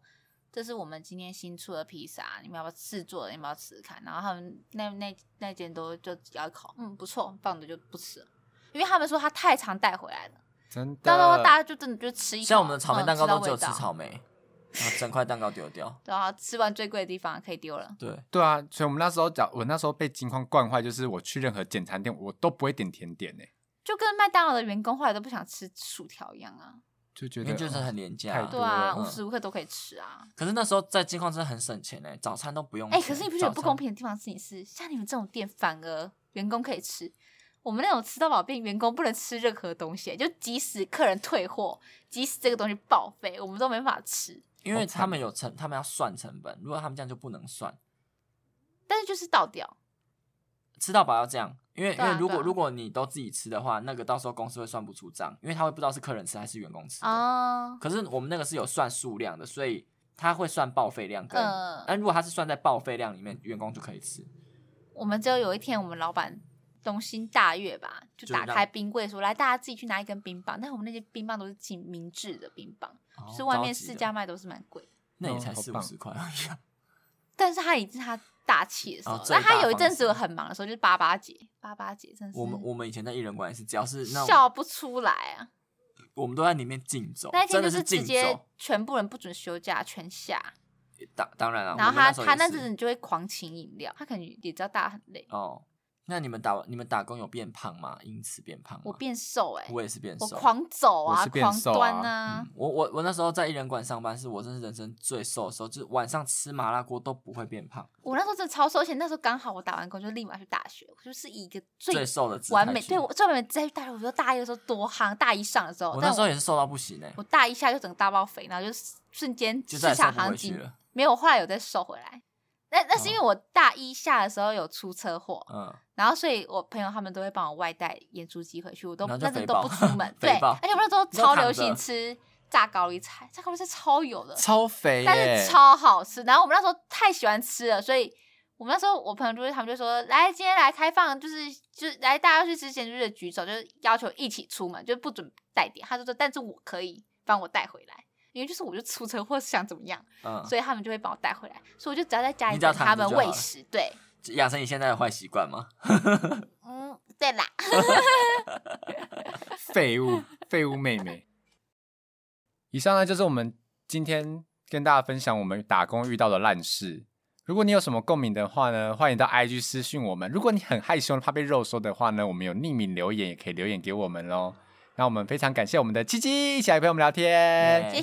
[SPEAKER 1] 这是我们今天新出的披萨，你们要不要试做的？你们要不要吃吃看？然后他们那那那间都就咬一口，嗯，不错，放的就不吃了，因为他们说他太常带回来了，
[SPEAKER 2] 真的，
[SPEAKER 1] 到时候大家就真的就吃一口，
[SPEAKER 3] 像我们的草莓
[SPEAKER 1] 嗯
[SPEAKER 3] 蛋糕
[SPEAKER 1] 知道
[SPEAKER 3] 都只有
[SPEAKER 1] 味
[SPEAKER 3] 吃
[SPEAKER 1] 道
[SPEAKER 3] 草莓，然后整块蛋糕丢掉。
[SPEAKER 1] 然后吃完最贵的地方可以丢了。
[SPEAKER 3] 对，
[SPEAKER 2] 对啊，所以我们那时候讲，我那时候被金矿惯坏，就是我去任何简餐店，我都不会点甜点欸呢、
[SPEAKER 1] 就跟麦当劳的员工后来都不想吃薯条一样啊，
[SPEAKER 2] 就觉
[SPEAKER 3] 因
[SPEAKER 2] 得哦
[SPEAKER 3] 为就是很廉价、
[SPEAKER 2] 太
[SPEAKER 1] 对
[SPEAKER 2] 多
[SPEAKER 1] 啊，
[SPEAKER 3] 嗯
[SPEAKER 1] 无时无刻都可以吃啊。
[SPEAKER 3] 可是那时候在金矿真的很省钱嘞、欸早餐都不用
[SPEAKER 1] 哎、
[SPEAKER 3] 钱。
[SPEAKER 1] 可是你不觉得不公
[SPEAKER 3] 平？
[SPEAKER 1] 平的地方是，你是像你们这种店反而员工可以吃，我们那种吃到饱店员工不能吃任何东西，就即使客人退货，即使这个东西报废，我们都没法吃。
[SPEAKER 3] 因
[SPEAKER 2] 好
[SPEAKER 3] 为
[SPEAKER 2] 惨
[SPEAKER 3] 他们有成，他们要算成本，如果他们这样就不能算。
[SPEAKER 1] 但是就是倒掉，
[SPEAKER 3] 吃到饱要这样，因为、
[SPEAKER 1] 对啊
[SPEAKER 3] 因为如果、
[SPEAKER 1] 对啊
[SPEAKER 3] 如果你都自己吃的话，那个到时候公司会算不出账，因为他会不知道是客人吃还是员工吃的。
[SPEAKER 1] 啊，
[SPEAKER 3] 可是我们那个是有算数量的，所以他会算报废量跟。
[SPEAKER 1] 嗯
[SPEAKER 3] 但如果他是算在报废量里面，员工就可以吃。
[SPEAKER 1] 我们只有有一天，我们老板龙心大悦吧，就
[SPEAKER 3] 就是
[SPEAKER 1] 打
[SPEAKER 3] 让
[SPEAKER 1] 开冰柜说：“来，大家自己去拿一根冰棒。”但我们那些冰棒都是精明制的冰棒，就是外面
[SPEAKER 3] 四
[SPEAKER 1] 市价卖都是蛮贵的。
[SPEAKER 3] 那也
[SPEAKER 2] 嗯
[SPEAKER 3] 才
[SPEAKER 2] 好
[SPEAKER 3] 四五
[SPEAKER 2] 棒
[SPEAKER 3] 十块而已啊。
[SPEAKER 1] 但是他已经是他大气的时候
[SPEAKER 3] 哦，最
[SPEAKER 1] 那、他
[SPEAKER 3] 大
[SPEAKER 1] 有一
[SPEAKER 3] 方
[SPEAKER 1] 阵子
[SPEAKER 3] 式
[SPEAKER 1] 我很忙的时候，就是八八节，八八节真是
[SPEAKER 3] 我们我们以前在艺人馆也是，只要是那
[SPEAKER 1] 笑
[SPEAKER 3] 种，
[SPEAKER 1] 不出来啊！
[SPEAKER 3] 我们都在里面竞走，
[SPEAKER 1] 那一天就
[SPEAKER 3] 真的是
[SPEAKER 1] 直
[SPEAKER 3] 竞
[SPEAKER 1] 接
[SPEAKER 3] 走。
[SPEAKER 1] 全部人不准休假，全下。
[SPEAKER 3] 当当然了、
[SPEAKER 1] 然后
[SPEAKER 3] 啊我们
[SPEAKER 1] 他
[SPEAKER 3] 时候
[SPEAKER 1] 他
[SPEAKER 3] 也
[SPEAKER 1] 那
[SPEAKER 3] 是
[SPEAKER 1] 阵子就会狂请饮料，他可能也知道大家很累。
[SPEAKER 3] 哦，那你们打你们打工有变胖吗？因此变胖吗？
[SPEAKER 1] 我变瘦哎、
[SPEAKER 3] 我也是变
[SPEAKER 1] 我
[SPEAKER 3] 瘦，
[SPEAKER 1] 狂走
[SPEAKER 2] 我
[SPEAKER 1] 啊，
[SPEAKER 2] 是变
[SPEAKER 1] 狂
[SPEAKER 2] 瘦啊
[SPEAKER 1] 端
[SPEAKER 3] 嗯我我我那时候在艺人馆上班，是我真是人生最瘦的时候，就是晚上吃麻辣锅都不会变胖，
[SPEAKER 1] 我那时候真的超瘦，而且那时候刚好我打完工就立马去大学，我就是以一个最
[SPEAKER 3] 最瘦的姿态
[SPEAKER 1] 完美，
[SPEAKER 3] 去
[SPEAKER 1] 对我最完美在大学，我说大一的时候多夯，大一上的时候，
[SPEAKER 3] 我
[SPEAKER 1] 但
[SPEAKER 3] 那时候也是瘦到不行哎、
[SPEAKER 1] 我大一下就整个大爆肥，然后就瞬间
[SPEAKER 3] 就再
[SPEAKER 1] 市
[SPEAKER 3] 也瘦
[SPEAKER 1] 场
[SPEAKER 3] 不回
[SPEAKER 1] 行
[SPEAKER 3] 去
[SPEAKER 1] 情
[SPEAKER 3] 了。哦
[SPEAKER 1] 没有，我后来有再瘦回来。那那是因为我大一下的时候有出车祸，
[SPEAKER 3] 嗯，
[SPEAKER 1] 然后所以我朋友他们都会帮我外带盐酥鸡回去，我都
[SPEAKER 3] 然
[SPEAKER 1] 那
[SPEAKER 3] 后就
[SPEAKER 1] 阵
[SPEAKER 3] 肥
[SPEAKER 1] 都
[SPEAKER 3] 爆
[SPEAKER 1] 不出
[SPEAKER 3] [laughs]
[SPEAKER 1] 门，
[SPEAKER 3] 肥
[SPEAKER 1] 对，
[SPEAKER 3] 爆
[SPEAKER 1] 而且我那时候
[SPEAKER 3] 你就
[SPEAKER 1] 超
[SPEAKER 3] 躺
[SPEAKER 1] 流
[SPEAKER 3] 着
[SPEAKER 1] 行吃炸高丽菜，炸高丽菜超油的，
[SPEAKER 2] 超肥、耶欸
[SPEAKER 1] 但是超好吃。然后我们那时候太喜欢吃了，所以我们那时候我朋友就会他们就说，来今天来开放，就是就是来大家去吃咸猪的举手，就是要求一起出门，就不准带点。他就说，但是我可以帮我带回来，因为就是我就出车祸想怎么样，
[SPEAKER 3] 嗯，
[SPEAKER 1] 所以他们就会帮我带回来，所以我就只要在家里
[SPEAKER 3] 你只要
[SPEAKER 1] 等他
[SPEAKER 3] 躺着
[SPEAKER 1] 们
[SPEAKER 3] 就好
[SPEAKER 1] 喂
[SPEAKER 3] 了
[SPEAKER 1] 食。对，
[SPEAKER 3] 养成你现在的坏习惯吗？
[SPEAKER 1] 嗯，对啦，
[SPEAKER 2] 废物，废物妹妹。以上呢，就是我们今天跟大家分享我们打工遇到的烂事。如果你有什么共鸣的话呢，欢迎到 IG 私讯我们。如果你很害羞怕被肉搜的话呢，我们有匿名留言，也可以留言给我们喽。哦那我们非常感谢我们的七七一起来陪我们聊天。
[SPEAKER 3] 耶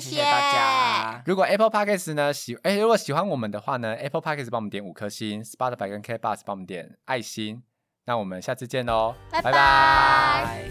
[SPEAKER 1] 谢
[SPEAKER 3] 谢大家，
[SPEAKER 2] 如果 Apple Podcast 呢喜哎、如果喜欢我们的话呢，Apple Podcast 帮我们点五颗星，Spotify 跟 K Bus 帮我们点爱心。那我们下次见喽，
[SPEAKER 1] 拜拜
[SPEAKER 2] 拜拜
[SPEAKER 1] 拜
[SPEAKER 3] 拜。